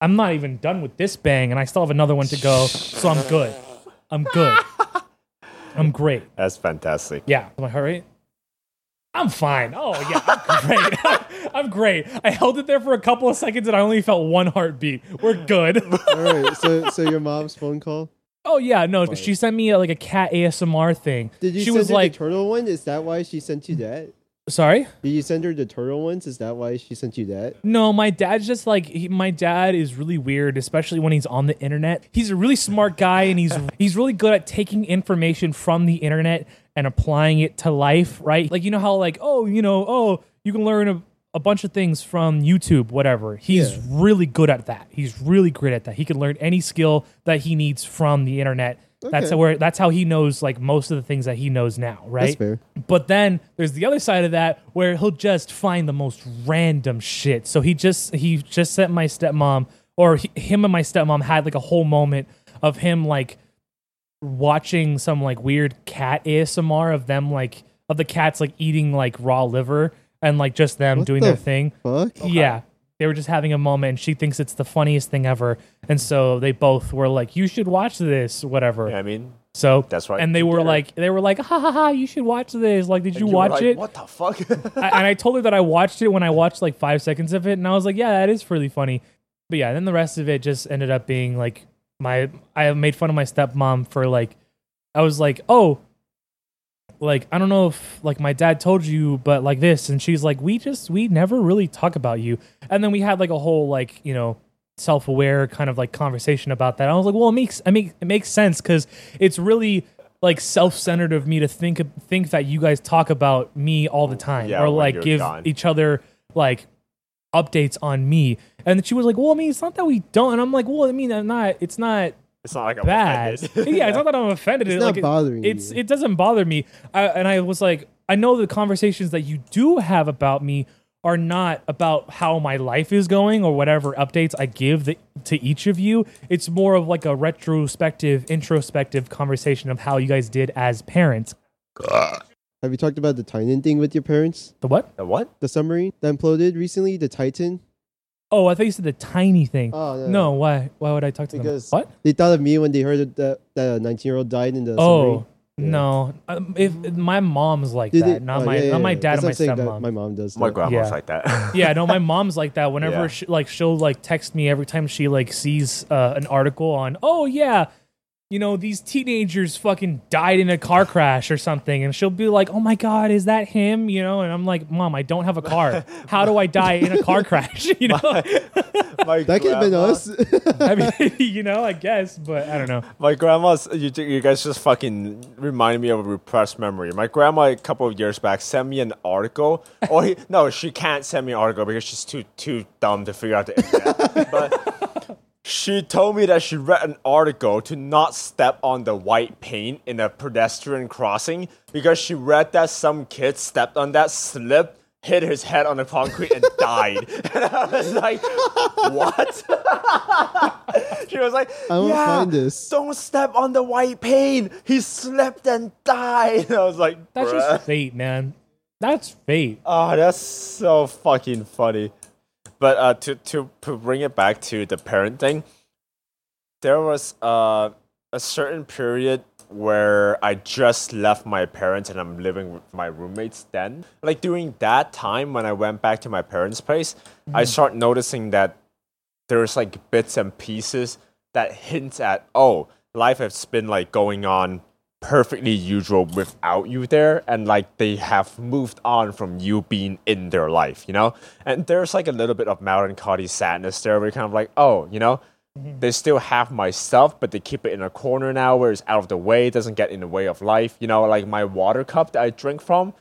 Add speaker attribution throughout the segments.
Speaker 1: I'm not even done with this bang, and I still have another one to go. So I'm good. I'm good. I'm great.
Speaker 2: That's fantastic.
Speaker 1: Yeah. Am I heart rate? I'm fine. Oh yeah, I'm great. I'm great. I held it there for a couple of seconds, and I only felt one heartbeat. We're good.
Speaker 3: All right. So, so your mom's phone call.
Speaker 1: oh yeah, no, 'cause she sent me uh, like a cat ASMR thing.
Speaker 3: Did you
Speaker 1: she
Speaker 3: send
Speaker 1: was
Speaker 3: her
Speaker 1: like,
Speaker 3: the turtle one? Is that why she sent you that?
Speaker 1: sorry.
Speaker 3: Did you send her the turtle ones? Is that why she sent you that?
Speaker 1: No, my dad's just like he, my dad is really weird, especially when he's on the internet. He's a really smart guy, and he's he's really good at taking information from the internet and applying it to life. Right? Like you know how like oh you know oh you can learn a, a bunch of things from YouTube, whatever. He's
Speaker 3: Yeah.
Speaker 1: really good at that. He's really great at that. He can learn any skill that he needs from the internet. That's
Speaker 3: Okay.
Speaker 1: where that's how he knows like most of the things that he knows now, right?
Speaker 3: That's fair.
Speaker 1: But then there's the other side of that where he'll just find the most random shit. So he just he just sent my stepmom or he, him and my stepmom had like a whole moment of him like watching some like weird cat ASMR of them like of the cats like eating like raw liver and like just them
Speaker 3: What
Speaker 1: doing
Speaker 3: the
Speaker 1: their thing.
Speaker 3: Fuck.
Speaker 1: Yeah. They were just having a moment and she thinks it's the funniest thing ever. And so they both were like, You should watch this, whatever.
Speaker 2: You know what I mean,
Speaker 1: So
Speaker 2: That's right,
Speaker 1: And they
Speaker 2: you
Speaker 1: were
Speaker 2: did it.
Speaker 1: like, they were like, ha ha ha! You should watch this. Like, did you,
Speaker 2: were
Speaker 1: watch
Speaker 2: like,
Speaker 1: it?
Speaker 2: What the fuck?
Speaker 1: I, and I told her that I watched it when I watched like five seconds of it, and I was like, yeah, that is really funny. But yeah, then the rest of it just ended up being like my I made fun of my stepmom for like I was like, oh, like I don't know if like my dad told you, but like this, and she's like, we just we never really talk about you. And then we had like a whole like you know self-aware kind of like conversation about that. I was like, well, it makes I mean it makes sense because it's really like self-centered of me to think think that you guys talk about me all the time
Speaker 2: Yeah,
Speaker 1: or
Speaker 2: when
Speaker 1: like
Speaker 2: you're
Speaker 1: give
Speaker 2: gone.
Speaker 1: each other like updates on me. And she was like, well, I mean, it's not that we don't. And I'm like, well, I mean, I'm not. It's not
Speaker 2: it's not like I'm
Speaker 1: bad. yeah,
Speaker 2: offended.
Speaker 1: it's not that I'm offended.
Speaker 3: It's
Speaker 1: It-
Speaker 3: not
Speaker 1: like, it-
Speaker 3: bothering
Speaker 1: It's
Speaker 3: you.
Speaker 1: it doesn't bother me. I, and I was like, I know the conversations that you do have about me are not about how my life is going or whatever updates I give the, to each of you. It's more of like a retrospective, introspective conversation of how you guys did as parents.
Speaker 3: Have you talked about the Titan thing with your parents?
Speaker 1: The what?
Speaker 2: The what?
Speaker 3: The submarine that imploded recently. The Titan.
Speaker 1: Oh, I thought you said the tiny thing.
Speaker 3: Oh, no.
Speaker 1: no, why? Why would I talk to
Speaker 3: Because-
Speaker 1: them? What?
Speaker 3: They thought of me when they heard that that a 19 year old died in the submarine.
Speaker 1: Oh.
Speaker 3: Yeah.
Speaker 1: No, um, if my mom's like
Speaker 3: Did
Speaker 1: that,
Speaker 3: they-
Speaker 1: not
Speaker 3: oh,
Speaker 1: my
Speaker 3: yeah, yeah,
Speaker 1: not my
Speaker 3: yeah.
Speaker 1: dad
Speaker 3: That's what I'm saying,
Speaker 1: and my
Speaker 3: that
Speaker 1: stepmom.
Speaker 3: My mom does.
Speaker 2: My
Speaker 3: that.
Speaker 2: grandma's
Speaker 1: Yeah.
Speaker 2: like that.
Speaker 1: yeah, no, my mom's like that. Whenever
Speaker 2: Yeah.
Speaker 1: she, like she'll like text me every time she like sees uh, an article on, oh yeah, you know these teenagers fucking died in a car crash or something, and she'll be like, oh my god, is that him? You know, and I'm like, mom, I don't have a car. How do I die in a car crash? You know,
Speaker 2: My
Speaker 3: That could have been
Speaker 2: grandma-
Speaker 3: us.
Speaker 1: I mean, you know, I guess, but I don't know.
Speaker 2: My grandma's. You, ju- you guys just fucking remind me of a repressed memory. My grandma a couple of years back sent me an article. Or he, no, she can't send me an article because she's too too dumb to figure out the internet. but she told me that she read an article to not step on the white paint in a pedestrian crossing because she read that some kid stepped on that slip. Hit his head on the concrete and died. and I was like, "What?" she was like,
Speaker 3: I won't
Speaker 2: yeah,
Speaker 3: find this."
Speaker 2: Don't step on the white pane. He slipped and died. I was like,
Speaker 1: That's
Speaker 2: "Bruh."
Speaker 1: just fate, man. That's fate.
Speaker 2: Oh, that's so fucking funny. But uh, to, to to bring it back to the parent thing, there was uh, a certain period where I just left my parents and I'm living with my roommates. Then, like during that time when I went back to my parents' place, I
Speaker 1: Mm.
Speaker 2: start noticing that there's like bits and pieces that hints at oh life has been like going on perfectly usual without you there and like they have moved on from you being in their life you know and there's like a little bit of melancholy sadness there where you're kind of like oh you know they still have my stuff but they keep it in a corner now where it's out of the way it doesn't get in the way of life you know like my water cup that i drink from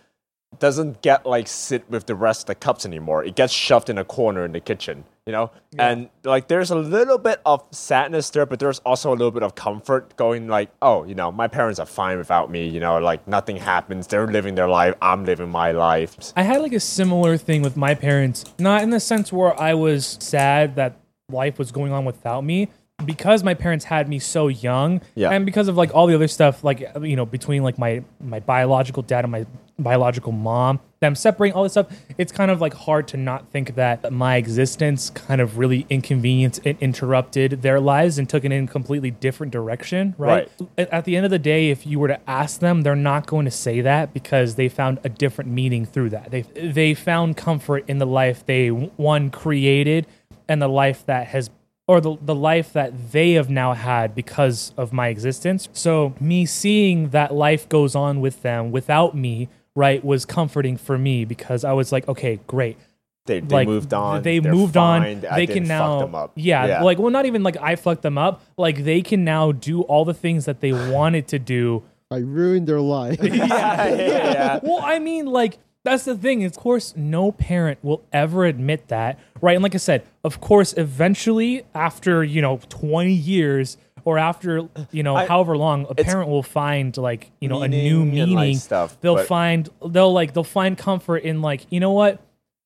Speaker 2: doesn't get like sit with the rest of the cups anymore. It gets shoved in a corner in the kitchen, you know? And like there's a little bit of sadness there, but there's also a little bit of comfort going like, oh, you know, my parents are fine without me, you know, like nothing happens. They're living their life. I'm living my life.
Speaker 1: I had like a similar thing with my parents, not in the sense where I was sad that life was going on without me, because my parents had me so young
Speaker 2: Yeah.
Speaker 1: and because of like all the other stuff like you know between like my my biological dad and my biological mom them separating all this stuff it's kind of like hard to not think that my existence kind of really inconvenienced and interrupted their lives and took it in a completely different direction right, At- at the end of the day if you were to ask them they're not going to say that because they found a different meaning through that they they found comfort in the life they one created and the life that has or the, the life that they have now had because of my existence. So me seeing that life goes on with them without me, right, was comforting for me because I was like, okay, great.
Speaker 2: They, they
Speaker 1: like
Speaker 2: moved on.
Speaker 1: They
Speaker 2: they're
Speaker 1: moved
Speaker 2: fine,
Speaker 1: on.
Speaker 2: I
Speaker 1: they
Speaker 2: didn't
Speaker 1: can now.
Speaker 2: fuck them up.
Speaker 1: Yeah, Like well, not even like I fucked them up. Like they can now do all the things that they wanted to do.
Speaker 3: I ruined their life.
Speaker 2: yeah, yeah,
Speaker 1: Well, I mean, like that's the thing. Of course, no parent will ever admit that, right? And like I said, of course, eventually, after you know, twenty years or after you know, however long, a parent will find like you know a new
Speaker 2: Meaning and,
Speaker 1: meaning.
Speaker 2: like, stuff,
Speaker 1: they'll
Speaker 2: but-
Speaker 1: find they'll like they'll find comfort in like you know what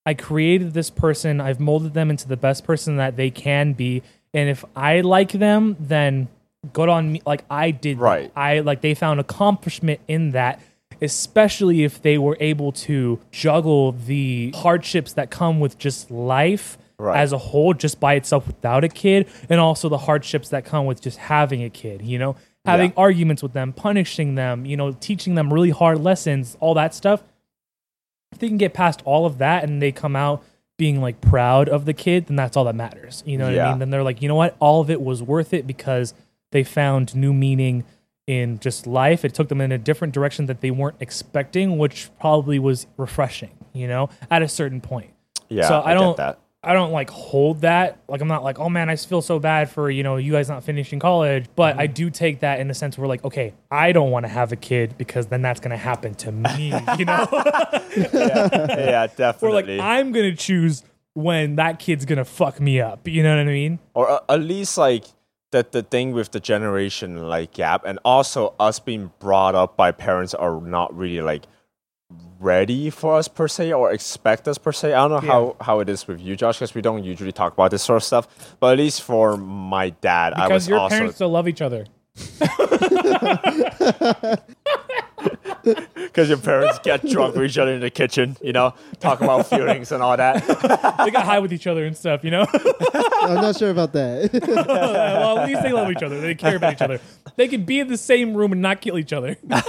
Speaker 1: I created this person. I've molded them into the best person that they can be, and if I like them, then good on me. Like I did did that.
Speaker 2: Right.
Speaker 1: I like they found accomplishment in that, especially if they were able to juggle the hardships that come with just life
Speaker 2: Right.
Speaker 1: as a whole, just by itself without a kid, and also the hardships that come with just having a kid, you know? Having arguments with them, punishing them, you know, teaching them really hard lessons, all that stuff if they can get past all of that and they come out being like proud of the kid, then that's all that matters. You know what I
Speaker 2: Yeah.
Speaker 1: mean? Then they're like, you know what? All of it was worth it because they found new meaning in just life. It took them in a different direction that they weren't expecting, which probably was refreshing, you know, at a certain point.
Speaker 2: yeah.
Speaker 1: so I,
Speaker 2: get
Speaker 1: don't
Speaker 2: that.
Speaker 1: I don't like hold that. Like I'm not like, oh man, I feel so bad for, you know, you guys not finishing college. But
Speaker 2: Mm-hmm.
Speaker 1: I do take that in the sense where like, okay, I don't want to have a kid because then that's gonna happen to me, you know? Or
Speaker 2: Yeah,
Speaker 1: like
Speaker 2: definitely.
Speaker 1: I'm gonna choose when that kid's gonna fuck me up. You know what I mean?
Speaker 2: or a- at least like that the thing with the generation like gap and also us being brought up by parents are not really like ready for us per se or expect us per se i don't know how how it is with you josh because we don't usually talk about this sort of stuff but at least for my dad i
Speaker 1: Because
Speaker 2: was
Speaker 1: your
Speaker 2: also
Speaker 1: parents still love each other.
Speaker 2: because your parents get drunk with each other in the kitchen you know talk about feelings and all that
Speaker 1: They got high with each other and stuff. You know?
Speaker 3: I'm not sure about that.
Speaker 1: well, at least they love each other. They care about each other. They could be in the same room and not kill each other.
Speaker 3: it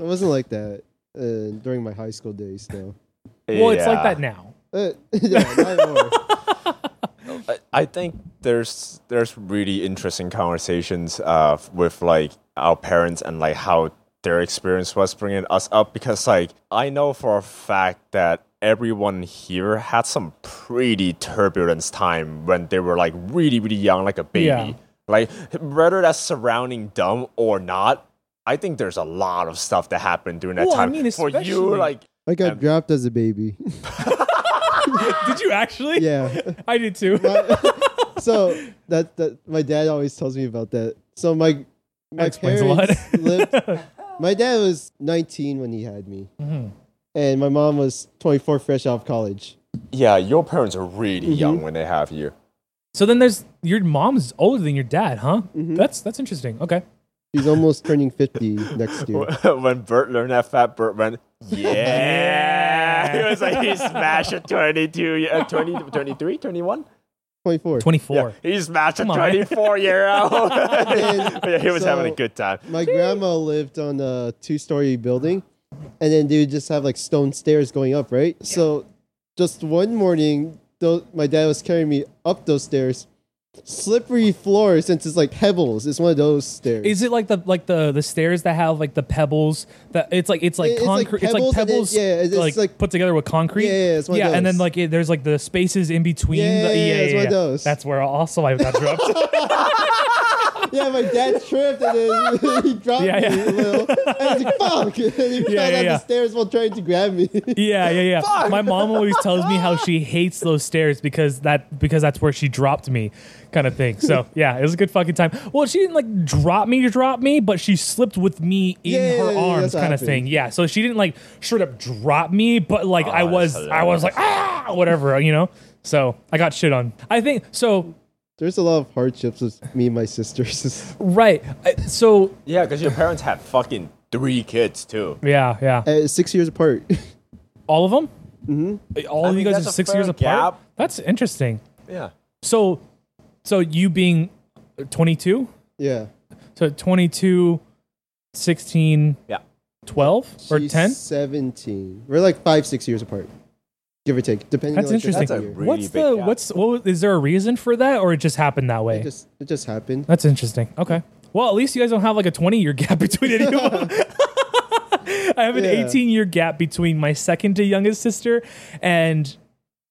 Speaker 3: wasn't like that uh, during my high school days, though.
Speaker 1: Well, it's like
Speaker 2: Yeah.
Speaker 1: that now.
Speaker 3: Uh, yeah, not more.
Speaker 2: I- I think there's there's really interesting conversations uh, f- with like our parents and like how their experience was bringing us up because like I know for a fact that everyone here had some pretty turbulence time when they were like really really young like a baby
Speaker 1: Yeah.
Speaker 2: like whether that's surrounding dumb or not I think there's a lot of stuff that happened during that
Speaker 1: Well, I
Speaker 2: time
Speaker 1: mean,
Speaker 2: for you
Speaker 1: especially-
Speaker 2: like
Speaker 3: I got dropped as a baby.
Speaker 1: Did you actually?
Speaker 3: yeah.
Speaker 1: I did too.
Speaker 3: so that that my dad always tells me about that. So my my
Speaker 1: explains a lot.
Speaker 3: parents lived. My dad was 19 when he had me,
Speaker 1: Mm-hmm.
Speaker 3: and my mom was 24, fresh out of college.
Speaker 2: yeah your parents are really
Speaker 1: Mm-hmm.
Speaker 2: young when they have you
Speaker 1: so then there's your mom's older than your dad, huh? That's that's interesting. Okay.
Speaker 3: She's almost turning 50 next year.
Speaker 2: when Bert learned that fat, Bert went, yeah. he was like, he smashed at 22, uh, 20, 23, 21?
Speaker 3: 24.
Speaker 1: 24.
Speaker 2: He smashed a
Speaker 1: Come on.
Speaker 2: 24 year old.
Speaker 3: And
Speaker 2: But yeah, he was having a
Speaker 3: so-
Speaker 2: good time.
Speaker 3: My grandma lived on a two-story building, and then they would just have like stone stairs going up, right? So, just one morning, though, my dad was carrying me up those stairs. Slippery floor since it's like pebbles. It's one of those stairs.
Speaker 1: Is it like the like the the stairs that have like the pebbles that it's like it's like
Speaker 3: It's like
Speaker 1: concrete it's like
Speaker 3: pebbles and it-
Speaker 1: pebbles
Speaker 3: yeah, it's- it's
Speaker 1: like,
Speaker 3: like-
Speaker 1: put together with concrete
Speaker 3: Yeah, yeah, it's one of
Speaker 1: and then
Speaker 3: those.
Speaker 1: like it, there's like the spaces in between
Speaker 3: Yeah,
Speaker 1: the,
Speaker 3: yeah, yeah, it's one of those.
Speaker 1: that's where also I got dropped
Speaker 3: Yeah, my dad tripped and then he dropped
Speaker 1: Yeah, yeah.
Speaker 3: me a little. And he's like, fuck! And he fell
Speaker 1: yeah,
Speaker 3: down
Speaker 1: yeah.
Speaker 3: the stairs while trying to grab me.
Speaker 1: yeah yeah yeah my mom always tells me how she hates those stairs because that because that's where she dropped me kind of thing so yeah it was a good fucking time well she didn't like drop me to drop me but she slipped with me in
Speaker 3: Yeah, yeah,
Speaker 1: her
Speaker 3: yeah, yeah,
Speaker 1: arms
Speaker 3: that's what
Speaker 1: kind of
Speaker 3: happened.
Speaker 1: thing yeah so she didn't like straight up drop me but like I
Speaker 2: that's
Speaker 1: was I was
Speaker 2: hilarious.
Speaker 1: like ah whatever you know so I got shit on I think so
Speaker 3: There's a lot of hardships with me and my sisters.
Speaker 1: Right. I- So
Speaker 2: Yeah, because your parents had fucking three kids too.
Speaker 1: yeah, yeah.
Speaker 3: Uh, six years apart.
Speaker 1: All of them. Mm-hmm. All
Speaker 2: I
Speaker 1: of you
Speaker 2: think
Speaker 1: guys
Speaker 2: that's
Speaker 1: are
Speaker 2: a
Speaker 1: six
Speaker 2: fair
Speaker 1: years apart.
Speaker 2: gap.
Speaker 1: That's interesting.
Speaker 2: Yeah.
Speaker 1: So, so you being 22,
Speaker 3: yeah.
Speaker 1: so 22, 16,
Speaker 2: Yeah.
Speaker 1: 12 or
Speaker 3: She's
Speaker 1: 10.
Speaker 3: 17. We're like five, six years apart, give or take, depending
Speaker 1: That's
Speaker 3: on like, the
Speaker 1: interesting.
Speaker 2: That's a
Speaker 3: year.
Speaker 2: really
Speaker 1: what's
Speaker 2: big
Speaker 1: the
Speaker 2: gap.
Speaker 1: what's what was- is there a reason for that or it just happened that way?
Speaker 3: It just, it just happened.
Speaker 1: That's interesting. Okay. Well, at least you guys don't have like a 20 year gap between any of them. I have an
Speaker 3: Yeah.
Speaker 1: 18 year gap between my second to youngest sister and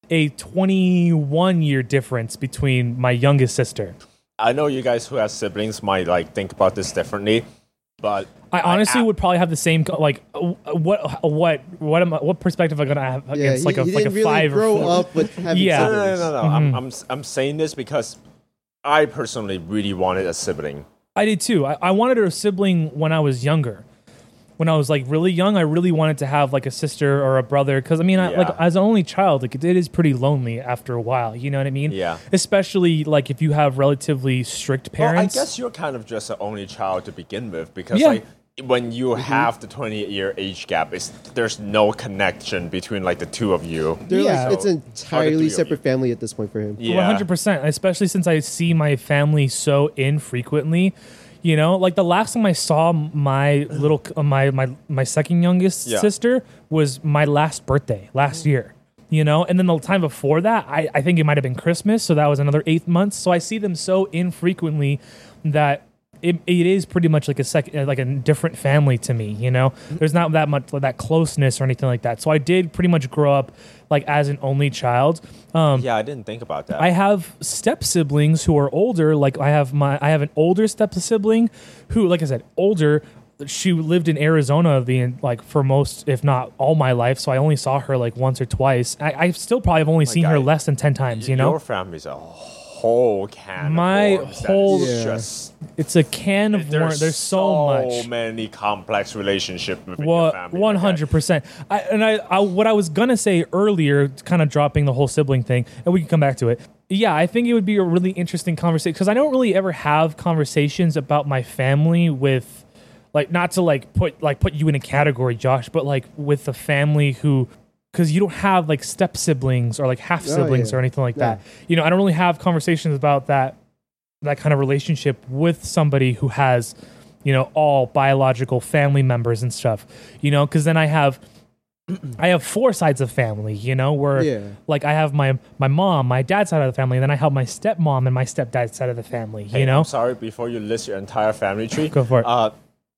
Speaker 1: a 21 year difference between my youngest sister.
Speaker 2: I know you guys who have siblings might like think about this differently, but
Speaker 1: I honestly
Speaker 2: I-
Speaker 1: would probably have the same co- like uh, what what what am I, what perspective am I gonna have
Speaker 3: Yeah,
Speaker 1: against
Speaker 3: he,
Speaker 1: like a
Speaker 3: he
Speaker 1: like a
Speaker 3: didn't really
Speaker 1: five or
Speaker 3: grow
Speaker 1: four?
Speaker 3: up with having
Speaker 1: Yeah.
Speaker 2: no, no, no,
Speaker 3: siblings.
Speaker 2: no, no.
Speaker 1: Mm-hmm.
Speaker 2: I'm, I'm, s- I'm saying this because I personally really wanted a sibling.
Speaker 1: I did too. I, I wanted a sibling when I was younger. When I was like really young, I really wanted to have like a sister or a brother because I mean, I, like
Speaker 2: Yeah.
Speaker 1: as an only child, like it is pretty lonely after a while. You know what I mean?
Speaker 2: Yeah.
Speaker 1: Especially like if you have relatively strict parents.
Speaker 2: Well, I guess you're kind of just an only child to begin with because
Speaker 1: Yeah. Mm-hmm.
Speaker 2: like when you have the 28 year age gap, it's, there's no connection between like the two of you.
Speaker 3: They're
Speaker 1: Yeah.
Speaker 3: like, it's an
Speaker 2: three
Speaker 3: entirely
Speaker 2: of
Speaker 3: separate
Speaker 2: you.
Speaker 3: family at this point for him.
Speaker 1: One hundred percent. Especially since I see my family so infrequently. You know, like the last time I saw my little uh, my my my second youngest
Speaker 2: Yeah.
Speaker 1: sister was my last birthday last year. You know, and then the time before that, I, I think it might have been Christmas, so that was another eight months. So I see them so infrequently that it, it is pretty much like a second, like a different family to me. You know, there's not that much that closeness or anything like that. So I did pretty much grow up like as an only child. Um,
Speaker 2: Yeah, I didn't think about that.
Speaker 1: I have step siblings who are older. Like I have my I have an older step sibling who, like I said, older. She lived in Arizona the like for most, if not all, my life. So I only saw her like once or twice. I, I still probably have only seen her
Speaker 2: God.
Speaker 1: less than ten times. You know,
Speaker 2: your family's a whole can. of
Speaker 1: My
Speaker 2: worms that is
Speaker 1: whole-
Speaker 3: Yeah.
Speaker 2: just
Speaker 1: it's a can of worms.
Speaker 2: there's,
Speaker 1: There's so much.
Speaker 2: many complex relationship within your
Speaker 1: Well,
Speaker 2: family.
Speaker 1: one
Speaker 2: like that.
Speaker 1: hundred percent. And I, I, what I was gonna say earlier, kind of dropping the whole sibling thing, and we can come back to it. Yeah, I think it would be a really interesting conversation because I don't really ever have conversations about my family with, like, not to like put like put you in a category, Josh, but like with the family who. Because you don't have like step siblings or like half siblings
Speaker 3: Oh, yeah.
Speaker 1: or anything like
Speaker 3: Yeah.
Speaker 1: that. You know, I don't really have conversations about that that kind of relationship with somebody who has, you know, all biological family members and stuff, you know, because then I have, I have four sides of family, you know, where
Speaker 3: Yeah.
Speaker 1: like I have my my mom, my dad's side of the family, and then I have my stepmom and my stepdad's side of the family, you
Speaker 2: Hey,
Speaker 1: know.
Speaker 2: I'm sorry, before you list your entire family tree,
Speaker 1: Go for it.
Speaker 2: Uh,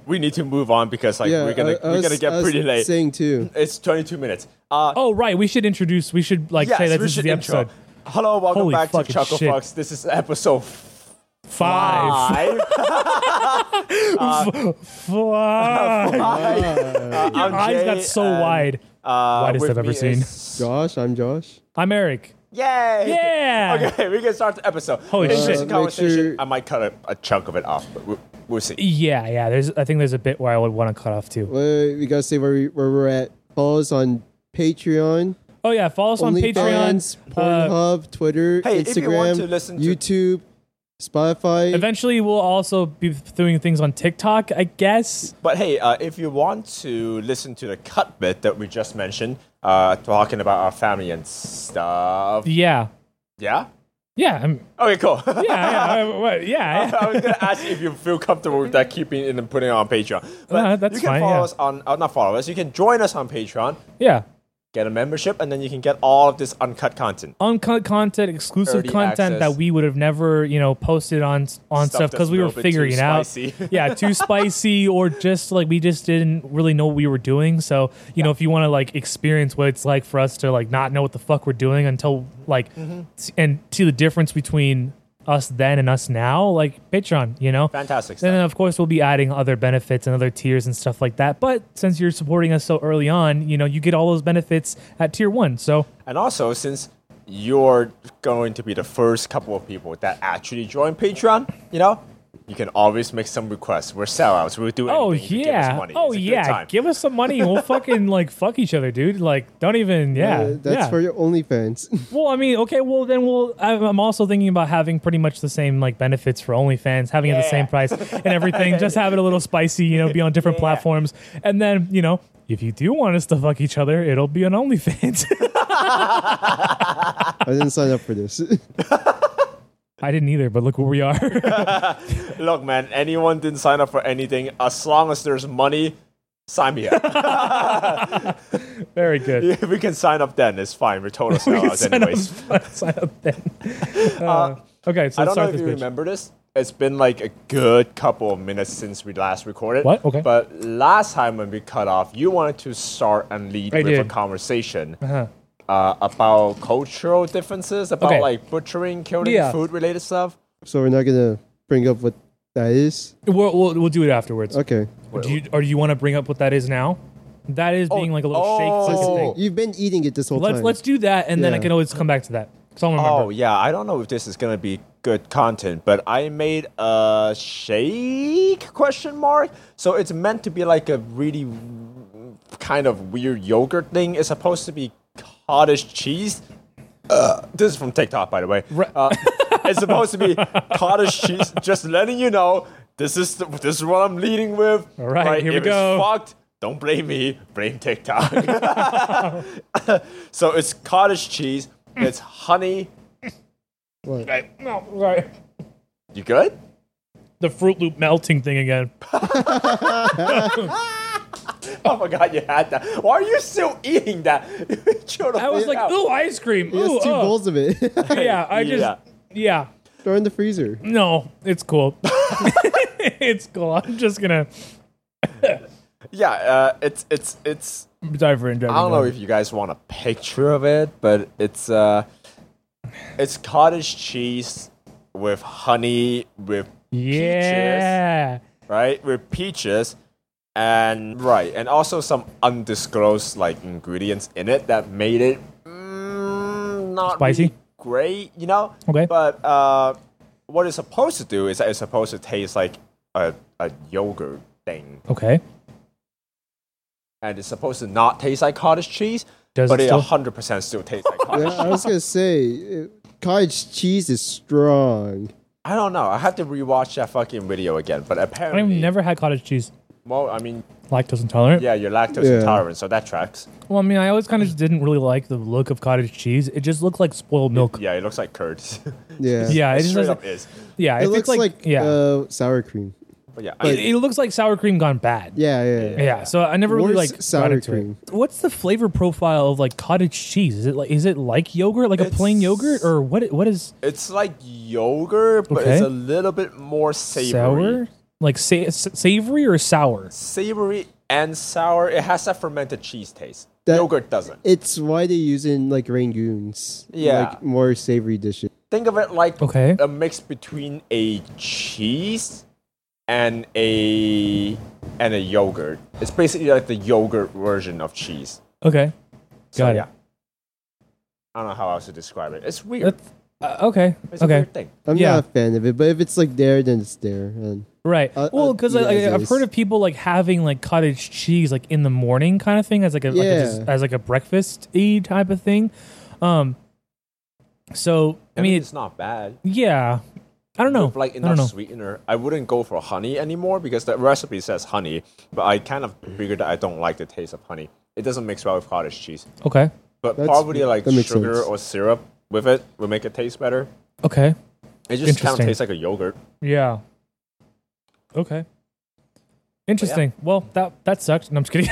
Speaker 2: we need to move on because like
Speaker 3: Yeah,
Speaker 2: we're gonna
Speaker 3: I- I
Speaker 2: we're
Speaker 3: was-
Speaker 2: gonna get
Speaker 3: I was
Speaker 2: pretty late.
Speaker 3: Saying too.
Speaker 2: it's 22 minutes. Uh,
Speaker 1: Oh right, we should introduce. We should like say
Speaker 2: yes,
Speaker 1: that
Speaker 2: we
Speaker 1: this is
Speaker 2: should
Speaker 1: the
Speaker 2: intro.
Speaker 1: episode
Speaker 2: Hello, welcome
Speaker 1: Holy
Speaker 2: back to
Speaker 1: fucking
Speaker 2: Chuckle
Speaker 1: shit.
Speaker 2: Fox. This is episode
Speaker 1: five.
Speaker 2: five.
Speaker 1: Five.
Speaker 2: Uh, I'm
Speaker 1: Eyes
Speaker 2: Jay,
Speaker 1: got so
Speaker 2: and,
Speaker 1: wide.
Speaker 2: Uh,
Speaker 1: Widest
Speaker 2: with
Speaker 1: I've ever
Speaker 2: me
Speaker 1: seen.
Speaker 2: is-
Speaker 3: Josh, I'm Josh.
Speaker 1: I'm Eric.
Speaker 2: Yay!
Speaker 1: Yeah.
Speaker 2: Okay, we can start the episode.
Speaker 1: Holy shit.
Speaker 2: Interesting
Speaker 3: Uh, make
Speaker 2: conversation.
Speaker 3: sure-
Speaker 2: I might cut a, a chunk of it off, but we'll, we'll see.
Speaker 1: Yeah, yeah. There's. I think there's a bit where I would want to cut off too.
Speaker 3: Wait, we gotta say where, we, where we're at. Follow us on Patreon,
Speaker 1: Oh yeah, follow us on Patreon.
Speaker 3: OnlyFans,
Speaker 1: Uh,
Speaker 3: Pornhub, Twitter,
Speaker 2: Hey, if you want
Speaker 3: Instagram,
Speaker 2: to listen to-
Speaker 3: YouTube, Spotify.
Speaker 1: eventually, we'll also be doing things on TikTok, I guess.
Speaker 2: But hey, uh, if you want to listen to the cut bit that we just mentioned, uh, talking about our family and stuff,
Speaker 1: Yeah,
Speaker 2: yeah.
Speaker 1: yeah, I'm,
Speaker 2: Okay, cool. Yeah.
Speaker 1: yeah, yeah, I- what- yeah, yeah.
Speaker 2: I was gonna ask if you feel comfortable with that keeping it and putting it on Patreon. But
Speaker 1: Uh, that's
Speaker 2: you can
Speaker 1: fine,
Speaker 2: follow
Speaker 1: yeah.
Speaker 2: us on, uh, not follow us. You can join us on Patreon,
Speaker 1: yeah.
Speaker 2: get a membership, and then you can get all of this uncut content.
Speaker 1: Uncut content, exclusive
Speaker 2: Early
Speaker 1: content
Speaker 2: access.
Speaker 1: that we would have never, you know, posted on on
Speaker 2: Stuff
Speaker 1: stuff because
Speaker 2: that's a
Speaker 1: we were
Speaker 2: little bit too
Speaker 1: figuring out.
Speaker 2: spicy.
Speaker 1: yeah, too spicy, or just like we just didn't really know what we were doing. So you know, if you want to like experience what it's like for us to like not know what the fuck we're doing until like,
Speaker 2: Mm-hmm.
Speaker 1: s- and see the difference between us then and us now, like Patreon, you know,
Speaker 2: Fantastic
Speaker 1: And then,
Speaker 2: stuff.
Speaker 1: of course, we'll be adding other benefits and other tiers and stuff like that. But since you're supporting us so early on, you know, you get all those benefits at tier one. So,
Speaker 2: And also, since you're going to be the first couple of people that actually join Patreon, you know, You can always make some requests. We're sellouts. We'll do anything.
Speaker 1: Oh
Speaker 2: if you give us
Speaker 1: yeah.
Speaker 2: money.
Speaker 1: Oh
Speaker 2: It's a good
Speaker 1: yeah.
Speaker 2: time.
Speaker 1: Give us some money and we'll fucking like fuck each other, dude. Like, don't even. Yeah.
Speaker 3: Uh, that's
Speaker 1: yeah.
Speaker 3: for your OnlyFans.
Speaker 1: Well, I mean, okay. Well, then we'll. I'm I'm also thinking about having pretty much the same like benefits for OnlyFans, having it the same price and everything. just have it a little spicy, you know, be on different platforms, and then you know, if you do want us to fuck each other, it'll be on OnlyFans.
Speaker 3: I didn't sign up for this.
Speaker 1: I didn't either, but look where we are.
Speaker 2: Look, man, anyone didn't sign up for anything. As long as there's money, sign me up.
Speaker 1: Very good.
Speaker 2: we can sign up then. It's fine. We're total
Speaker 1: We can
Speaker 2: sellouts,
Speaker 1: sign up- sign
Speaker 2: Oh, anyways.
Speaker 1: up then. Uh, okay, so let's
Speaker 2: I don't know
Speaker 1: start
Speaker 2: if
Speaker 1: this
Speaker 2: you
Speaker 1: bitch.
Speaker 2: remember this. It's been like a good couple of minutes since we last recorded.
Speaker 1: What? Okay.
Speaker 2: But last time when we cut off, you wanted to start and lead
Speaker 1: I
Speaker 2: with a
Speaker 1: did.
Speaker 2: conversation
Speaker 1: Uh-huh.
Speaker 2: uh, about cultural differences, about
Speaker 1: Okay.
Speaker 2: like butchering, killing,
Speaker 1: Yeah.
Speaker 2: food related stuff.
Speaker 3: so we're not gonna bring up what that is.
Speaker 1: We'll, we'll we'll do it afterwards.
Speaker 3: Okay.
Speaker 1: Do you or do you want to bring up what that is now? That is being like a little shake fucking
Speaker 2: oh.
Speaker 1: thing.
Speaker 3: You've been eating it this whole
Speaker 1: Let's
Speaker 3: time.
Speaker 1: let's do that, and then I
Speaker 3: Yeah.
Speaker 1: can always come back to that. Cause I'll remember.
Speaker 2: Oh yeah, I don't know if this is gonna be good content, but I made a shake question mark. So it's meant to be like a really w- kind of weird yogurt thing. It's supposed to be cottage cheese. Uh, this is from TikTok, by the way.
Speaker 1: Re-
Speaker 2: Uh, it's supposed to be cottage cheese. Just letting you know, this is the, this is what I'm leading with.
Speaker 1: All right, here we
Speaker 2: if
Speaker 1: go.
Speaker 2: It's fucked. Don't blame me. Blame TikTok. so it's cottage cheese. It's honey
Speaker 3: What?
Speaker 1: Okay. No, sorry.
Speaker 2: You good?
Speaker 1: The Fruit Loop melting thing again.
Speaker 2: Oh my god, you had that. Why are you still eating that?
Speaker 1: I was like, ooh, ice cream.
Speaker 3: He has
Speaker 1: ooh,
Speaker 3: two
Speaker 1: uh.
Speaker 3: bowls of it.
Speaker 1: Yeah, I just
Speaker 2: Yeah.
Speaker 1: yeah.
Speaker 3: Throw in the freezer.
Speaker 1: No, it's cool. it's cool. I'm just gonna
Speaker 2: yeah, uh, it's it's it's.
Speaker 1: dive in.
Speaker 2: I don't know if you guys want a picture of it, but it's uh, it's cottage cheese with honey with
Speaker 1: Yeah.
Speaker 2: peaches, right? With peaches, and right, and also some undisclosed like ingredients in it that made it mm, not
Speaker 1: Spicy?
Speaker 2: really great, you know.
Speaker 1: Okay.
Speaker 2: But uh, what it's supposed to do is that it's supposed to taste like a a yogurt thing,
Speaker 1: Okay.
Speaker 2: and it's supposed to not taste like cottage cheese,
Speaker 1: Does
Speaker 2: but
Speaker 1: it
Speaker 2: it
Speaker 1: still-
Speaker 2: hundred percent still tastes like
Speaker 3: Yeah,
Speaker 2: cottage.
Speaker 3: I was gonna say, uh, cottage cheese is strong.
Speaker 2: I don't know. I have to rewatch that fucking video again, but apparently,
Speaker 1: I've never had cottage cheese.
Speaker 2: well, I mean,
Speaker 1: Lactose intolerant.
Speaker 2: yeah, you're lactose
Speaker 3: Yeah.
Speaker 2: intolerant, so that tracks.
Speaker 1: Well, I mean, I always kind of just didn't really like the look of cottage cheese. It just looked like spoiled milk.
Speaker 2: Yeah, it looks like curd.
Speaker 3: Yeah.
Speaker 1: Yeah, it
Speaker 2: it
Speaker 1: just
Speaker 2: straight
Speaker 1: doesn't-
Speaker 2: up is.
Speaker 1: yeah.
Speaker 3: It
Speaker 1: it's
Speaker 3: looks like,
Speaker 1: yeah.
Speaker 3: uh, sour cream.
Speaker 2: But yeah,
Speaker 1: it, it looks like sour cream gone bad.
Speaker 3: Yeah, yeah. yeah.
Speaker 1: Yeah, so I never really
Speaker 3: Worse
Speaker 1: like
Speaker 3: sour
Speaker 1: got into
Speaker 3: cream.
Speaker 1: It. What's the flavor profile of like cottage cheese? Is it like is it like yogurt, like a plain
Speaker 2: It's-
Speaker 1: yogurt, or what? What is
Speaker 2: It's like yogurt, but
Speaker 1: Okay.
Speaker 2: it's a little bit more savory.
Speaker 1: sour? Like sa- s- savory or sour?
Speaker 2: Savory and sour. It has that fermented cheese taste.
Speaker 3: That-
Speaker 2: yogurt doesn't.
Speaker 3: It's why they use it in like rangoons.
Speaker 2: Yeah.
Speaker 3: Like more savory dishes.
Speaker 2: Think of it like
Speaker 1: Okay.
Speaker 2: a mix between a cheese and a and a yogurt. It's basically like the yogurt version of cheese.
Speaker 1: Okay,
Speaker 2: So,
Speaker 1: got it.
Speaker 2: yeah. I don't know how else to describe it. It's weird.
Speaker 1: That's uh, okay.
Speaker 2: it's a
Speaker 1: Okay,
Speaker 2: weird thing.
Speaker 3: I'm
Speaker 1: Yeah.
Speaker 3: not a fan of it, but if it's like there, then it's there. And
Speaker 1: right.
Speaker 3: Uh,
Speaker 1: well,
Speaker 3: uh,
Speaker 1: because
Speaker 3: yeah, it
Speaker 1: I've
Speaker 3: is.
Speaker 1: heard of people like having like cottage cheese like in the morning kind of thing as like a, like a
Speaker 3: Yeah.
Speaker 1: just, as like a breakfast y type of thing. Um. So I mean,
Speaker 2: it's not bad.
Speaker 1: yeah. I don't know.
Speaker 2: With like
Speaker 1: I don't
Speaker 2: enough
Speaker 1: know.
Speaker 2: sweetener. I wouldn't go for honey anymore because the recipe says honey, but I kind of figured that I don't like the taste of honey. It doesn't mix well with cottage cheese.
Speaker 1: Okay.
Speaker 2: But
Speaker 3: That's-
Speaker 2: probably like
Speaker 3: that makes
Speaker 2: sugar
Speaker 3: sense.
Speaker 2: or syrup with it would make it taste better.
Speaker 1: Okay.
Speaker 2: It just kind of
Speaker 1: Interesting.
Speaker 2: tastes like a yogurt.
Speaker 1: Yeah. Okay. Interesting. Well, that that sucked. No, I'm just kidding.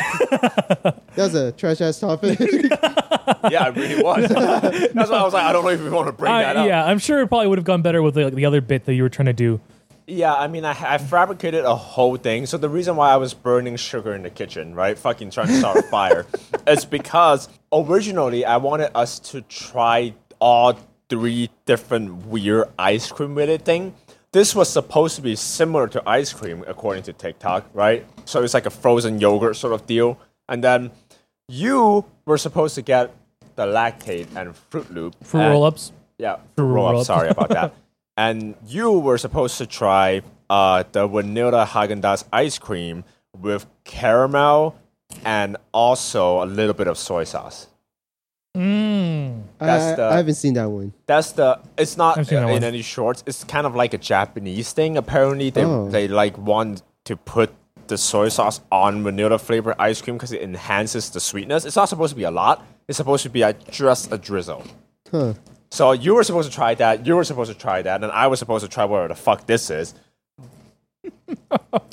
Speaker 3: that's a trash ass topic.
Speaker 2: yeah, it really was. That's why I was like, I don't know if we want to bring that
Speaker 1: I-
Speaker 2: up.
Speaker 1: yeah, I'm sure it probably would have gone better with like, the other bit that you were trying to do.
Speaker 2: Yeah, I mean, I, I fabricated a whole thing. So the reason why I was burning sugar in the kitchen, right, fucking trying to start a fire, is because originally I wanted us to try all three different weird ice cream related thing. This was supposed to be similar to ice cream, according to TikTok, right? So it's like a frozen yogurt sort of deal. And then you were supposed to get the lactate and Fruit Loop
Speaker 1: Fruit
Speaker 2: and-
Speaker 1: roll ups.
Speaker 2: yeah,
Speaker 1: Fruit
Speaker 2: roll up.
Speaker 1: roll-up.
Speaker 2: Sorry about that. And you were supposed to try uh, the vanilla Haagen Dazs ice cream with caramel and also a little bit of soy sauce.
Speaker 1: Mm.
Speaker 2: That's
Speaker 3: I,
Speaker 2: the-
Speaker 3: I haven't seen that one.
Speaker 2: That's the. It's not
Speaker 1: I've seen that
Speaker 2: in
Speaker 1: one.
Speaker 2: any shorts. It's kind of like a Japanese thing. Apparently, they
Speaker 3: Oh.
Speaker 2: they like want to put the soy sauce on vanilla flavored ice cream because it enhances the sweetness. It's not supposed to be a lot. It's supposed to be a, just a drizzle.
Speaker 3: Huh.
Speaker 2: So you were supposed to try that. You were supposed to try that, and I was supposed to try whatever the fuck this is.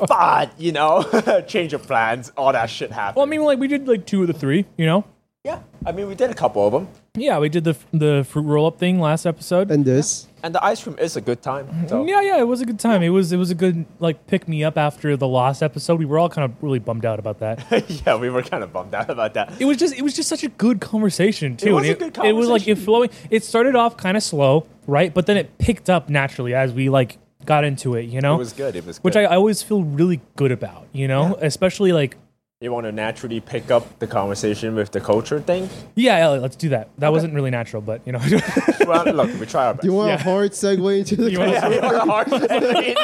Speaker 2: but you know, change of plans, all that shit happened.
Speaker 1: Well, I mean, like we did like two of the three, you know.
Speaker 2: yeah. I mean, we did a couple of them,
Speaker 1: Yeah, we did the the fruit roll up thing last episode.
Speaker 3: And this.
Speaker 2: and the ice cream is a good time. So.
Speaker 1: yeah, yeah, it was a good time. It was it was a good like pick me up after the lost episode. We were all kind of really bummed out about that.
Speaker 2: yeah, we were kind of bummed out about that.
Speaker 1: It was just it was just such a good conversation too.
Speaker 2: was
Speaker 1: and
Speaker 2: a good
Speaker 1: It was like it
Speaker 2: conversation.
Speaker 1: flowing. It started off kind of slow, right? But then it picked up naturally as we like got into it. You know,
Speaker 2: It was good. It was good.
Speaker 1: which I, I always feel really good about. You know, especially like
Speaker 2: you want to naturally pick up the conversation with the culture thing.
Speaker 1: yeah, yeah, let's do that. That wasn't really natural, but you know,
Speaker 2: Well, look, we try our best.
Speaker 3: You want
Speaker 1: Yeah.
Speaker 3: a hard segue into the
Speaker 1: You want-
Speaker 2: yeah, we want a hard segue.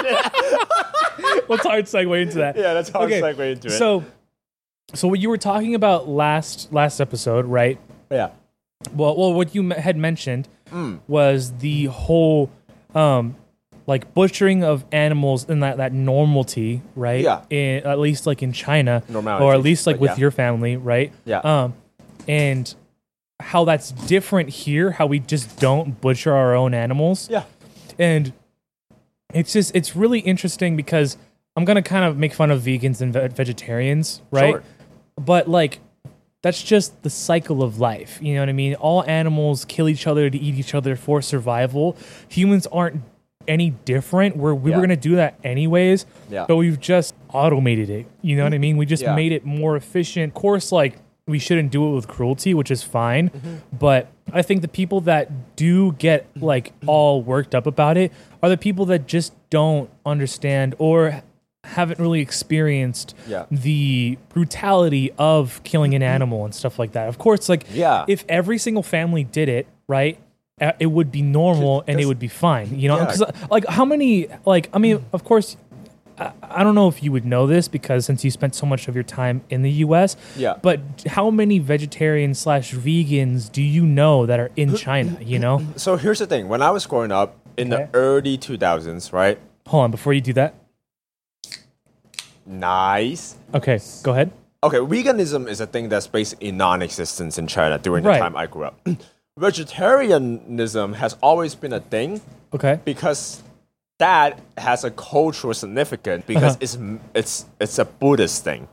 Speaker 1: let's hard segue into that.
Speaker 2: yeah, that's a hard segue into it.
Speaker 1: So, so what you were talking about last last episode, right?
Speaker 2: yeah,
Speaker 1: well, well, what you me- had mentioned was the whole, um, like butchering of animals and that that normalty, right?
Speaker 2: Yeah.
Speaker 1: In, at least like in China,
Speaker 2: Normality,
Speaker 1: or at least like
Speaker 2: but
Speaker 1: with
Speaker 2: yeah.
Speaker 1: your family, right?
Speaker 2: Yeah.
Speaker 1: Um, and how that's different here, how we just don't butcher our own animals
Speaker 2: yeah,
Speaker 1: and it's just it's really interesting because I'm gonna kind of make fun of vegans and ve- vegetarians, right?
Speaker 2: Sure.
Speaker 1: But like, that's just the cycle of life. You know what I mean? All animals kill each other to eat each other for survival. Humans aren't any different. We're we
Speaker 2: Yeah.
Speaker 1: were gonna do that anyways.
Speaker 2: Yeah.
Speaker 1: But we've just automated it. You know what I mean? We just
Speaker 2: Yeah.
Speaker 1: made it more efficient. Of course, like we shouldn't do it with cruelty, which is fine.
Speaker 2: Mm-hmm.
Speaker 1: But I think the people that do get like all worked up about it are the people that just don't understand or haven't really experienced
Speaker 2: Yeah. Mm-hmm.
Speaker 1: the brutality of killing an animal and stuff like that. Of course, like
Speaker 2: Yeah.
Speaker 1: if every single family did it, right? uh, It would be normal and it would be fine, you know.
Speaker 2: Yeah. Mm.
Speaker 1: 'Cause, uh, like, how many? Like, I mean, of course, I don't know if you would know this because since you spent so much of your time in the U.S.
Speaker 2: Yeah.
Speaker 1: But how many vegetarians slash vegans do you know that are in China? You know.
Speaker 2: So here's the thing: when I was growing up in
Speaker 1: Okay.
Speaker 2: the early 2000s, right?
Speaker 1: Hold on, before you do that.
Speaker 2: Nice.
Speaker 1: Okay, go ahead.
Speaker 2: Okay, veganism is a thing that's basically non-existence in China during the
Speaker 1: Right.
Speaker 2: time I grew up. Vegetarianism has always been a thing,
Speaker 1: Okay.
Speaker 2: because that has a cultural significance because it's it's it's a Buddhist thing.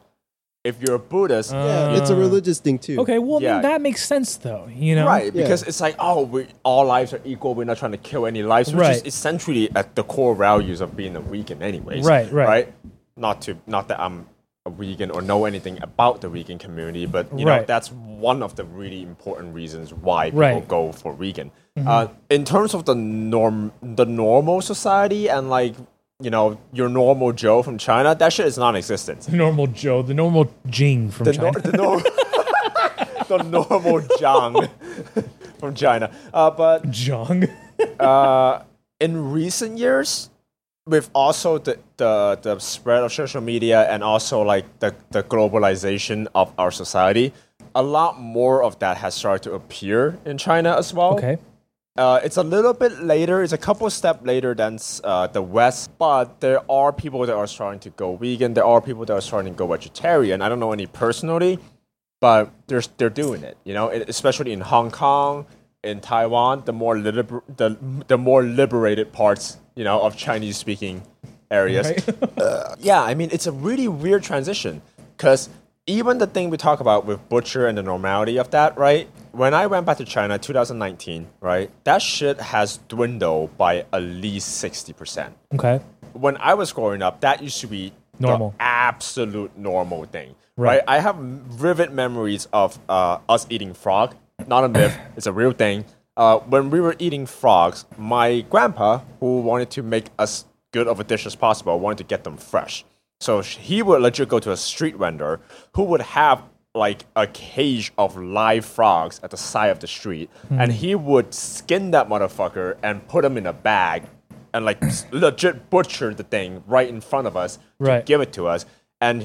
Speaker 2: If you're a Buddhist,
Speaker 3: Yeah, it's a religious thing too.
Speaker 1: uh, Okay. Well,
Speaker 2: Yeah.
Speaker 1: then that makes sense, though. You know.
Speaker 2: right?
Speaker 3: Yeah.
Speaker 2: Because it's like, oh, we all lives are equal. We're not trying to kill any lives, which is
Speaker 1: Right.
Speaker 2: essentially at the core values of being a vegan, anyways.
Speaker 1: Right, right.
Speaker 2: right. Not to not that I'm a vegan or know anything about the vegan community, but you know
Speaker 1: Right.
Speaker 2: that's one of the really important reasons why people
Speaker 1: Right. Mm-hmm.
Speaker 2: go for vegan. Uh, in terms of the norm, the normal society and like you know your normal Joe from China, that shit is non-existent
Speaker 1: The normal Joe, the normal Jing from
Speaker 2: the,
Speaker 1: China.
Speaker 2: nor- the, nor- the normal Zhang from China. Uh, but
Speaker 1: Zhang.
Speaker 2: in recent years, with also the, the, the spread of social media and also like the, the globalization of our society, a lot more of that has started to appear in China as well.
Speaker 1: Okay.
Speaker 2: Uh, it's a little bit later. It's a couple step later than uh, the West, but there are people that are starting to go vegan. There are people that are starting to go vegetarian. I don't know any personally, but they're they're doing it. You know, It- especially in Hong Kong, in Taiwan, the more liber- the the more liberated parts, you know, of Chinese speaking areas. Uh,
Speaker 1: Right.
Speaker 2: Yeah, I mean, it's a really weird transition because even the thing we talk about with Butcher and the normality of that, right? When I went back to China 2019, right, that shit has dwindled by at least 60%.
Speaker 1: okay.
Speaker 2: When I was growing up, that used to be the
Speaker 1: Normal.
Speaker 2: absolute normal thing, right?
Speaker 1: Right.
Speaker 2: I have vivid memories of uh, us eating frog. Not a myth, it's a real thing. Uh, when we were eating frogs, my grandpa, who wanted to make as good of a dish as possible, wanted to get them fresh. So sh- he would legit go to a street vendor who would have like a cage of live frogs at the
Speaker 1: Hmm.
Speaker 2: side of the street, and he would skin that motherfucker and put them in a bag. and and like legit butchered the thing right in front of us
Speaker 1: Right.
Speaker 2: to give it to us. And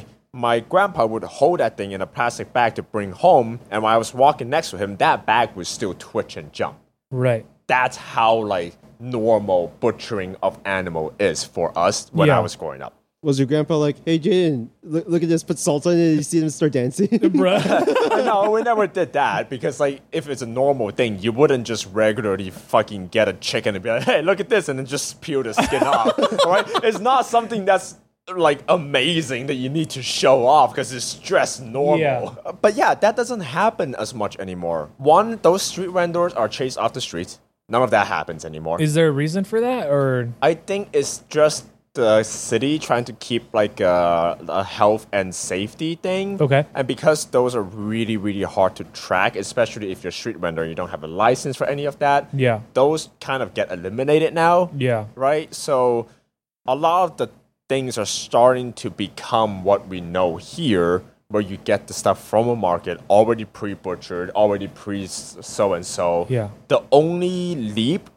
Speaker 2: my grandpa would hold that thing in a plastic bag to bring home. And when I was walking next to him, that bag would still twitch and jump.
Speaker 1: Right.
Speaker 2: That's how like normal butchering of animal is for us when
Speaker 1: Yeah.
Speaker 2: I was growing up.
Speaker 3: Was your grandpa like, hey, Jaden, look, look at this, put salt on it, and you see them start dancing?
Speaker 1: Bruh.
Speaker 2: no, we never did that because, like, if it's a normal thing, you wouldn't just regularly fucking get a chicken and be like, "Hey, look at this," and then just peel the skin off. Right? It's not something that's like amazing that you need to show off because it's just normal.
Speaker 1: Yeah.
Speaker 2: Uh, But yeah, that doesn't happen as much anymore. One, those street vendors are chased off the streets. None of that happens anymore.
Speaker 1: Is there a reason for that or
Speaker 2: I think it's just the city trying to keep like a, a health and safety thing.
Speaker 1: Okay.
Speaker 2: And because those are really really hard to track, especially if you're a street vendor, you don't have a license for any of that.
Speaker 1: Yeah.
Speaker 2: Those kind of get eliminated now.
Speaker 1: Yeah.
Speaker 2: Right. So a lot of the things are starting to become what we know here. Where you get the stuff from a market already pre butchered, already pre so and so.
Speaker 1: Yeah.
Speaker 2: The only leap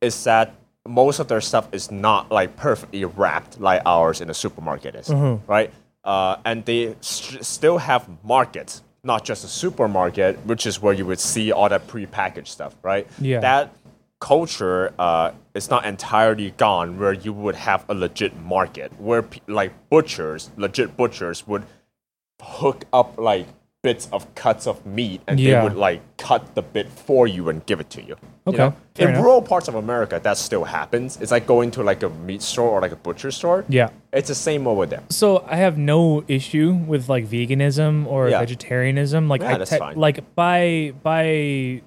Speaker 2: is that most of their stuff is not like perfectly wrapped like ours in a supermarket is,
Speaker 1: Mm-hmm.
Speaker 2: right? Uh, and they st- still have markets, not just a supermarket, which is where you would see all that prepackaged stuff, right?
Speaker 1: Yeah.
Speaker 2: That culture uh, is not entirely gone, where you would have a legit market, where pe- like butchers, legit butchers would hook up like bits of cuts of meat and
Speaker 1: Yeah.
Speaker 2: they would like cut the bit for you and give it to you. you
Speaker 1: Okay,
Speaker 2: know?
Speaker 1: fair
Speaker 2: In
Speaker 1: enough.
Speaker 2: rural parts of America, that still happens. It's like going to like a meat store or like a butcher store.
Speaker 1: Yeah.
Speaker 2: It's the same over there.
Speaker 1: So I have no issue with like veganism or
Speaker 2: Yeah.
Speaker 1: vegetarianism. Like
Speaker 2: Yeah,
Speaker 1: I
Speaker 2: that's
Speaker 1: te-
Speaker 2: fine.
Speaker 1: like by by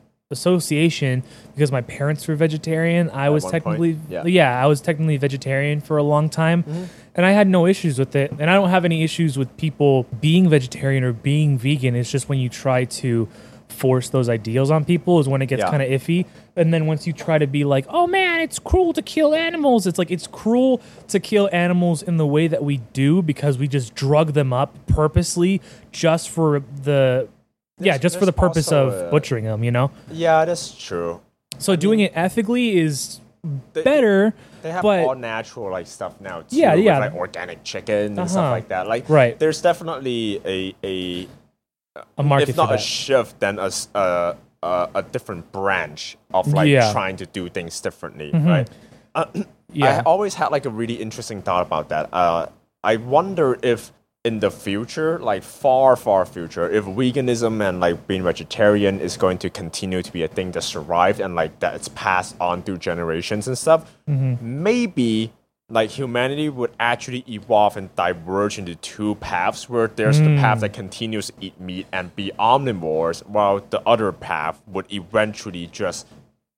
Speaker 1: association because my parents were vegetarian. I was
Speaker 2: one point,
Speaker 1: technically
Speaker 2: yeah.
Speaker 1: I was technically vegetarian for a long time,
Speaker 2: Mm-hmm.
Speaker 1: and I had no issues with it. And I don't have any issues with people being vegetarian or being vegan. It's just when you try to force those ideals on people is when it gets
Speaker 2: Yeah.
Speaker 1: kind of iffy. And then once you try to be like, oh man, it's cruel to kill animals, it's like it's cruel to kill animals in the way that we do because we just drug them up purposely just for the yeah,
Speaker 2: There's-
Speaker 1: just for the
Speaker 2: there's
Speaker 1: purpose
Speaker 2: also uh,
Speaker 1: of
Speaker 2: a-
Speaker 1: butchering them, you know.
Speaker 2: Yeah, that's true.
Speaker 1: So doing it ethically is
Speaker 2: They,
Speaker 1: better,
Speaker 2: They have
Speaker 1: but
Speaker 2: all natural like stuff now too.
Speaker 1: Yeah,
Speaker 2: with,
Speaker 1: yeah.
Speaker 2: Like organic chicken and
Speaker 1: Uh-huh.
Speaker 2: stuff like that. Like
Speaker 1: Right.
Speaker 2: there's definitely a a
Speaker 1: a market
Speaker 2: if not
Speaker 1: for
Speaker 2: a
Speaker 1: that.
Speaker 2: shift, then a, s- a, a, a different branch of like
Speaker 1: Yeah. Mm-hmm.
Speaker 2: trying to do things differently, right?
Speaker 1: yeah,
Speaker 2: I always had like a really interesting thought about that. Uh, I wonder if in the future, like far, far future, if veganism and like being vegetarian is going to continue to be a thing that survived and like that it's passed on through generations and stuff, maybe like humanity would actually evolve and diverge into two paths where there's the path that continues to eat meat and be omnivores, while the other path would eventually just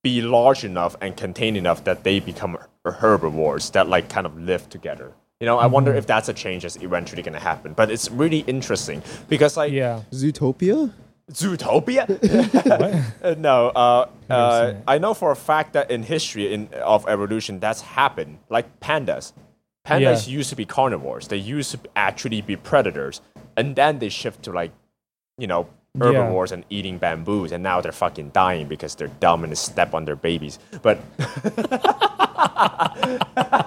Speaker 2: be large enough and contained enough that they become her- herbivores that like kind of live together. You know, I wonder if that's a change that's eventually going to happen. But it's really interesting because like
Speaker 1: yeah.
Speaker 3: Zootopia?
Speaker 2: Zootopia. Uh, no, uh, uh, I know for a fact that in history in, of evolution, that's happened. Like pandas, pandas
Speaker 1: Yeah.
Speaker 2: used to be carnivores. They used to actually be predators, and then they shift to like, you know, herbivores and eating bamboos, and now they're fucking dying because they're dumb and step on their babies. But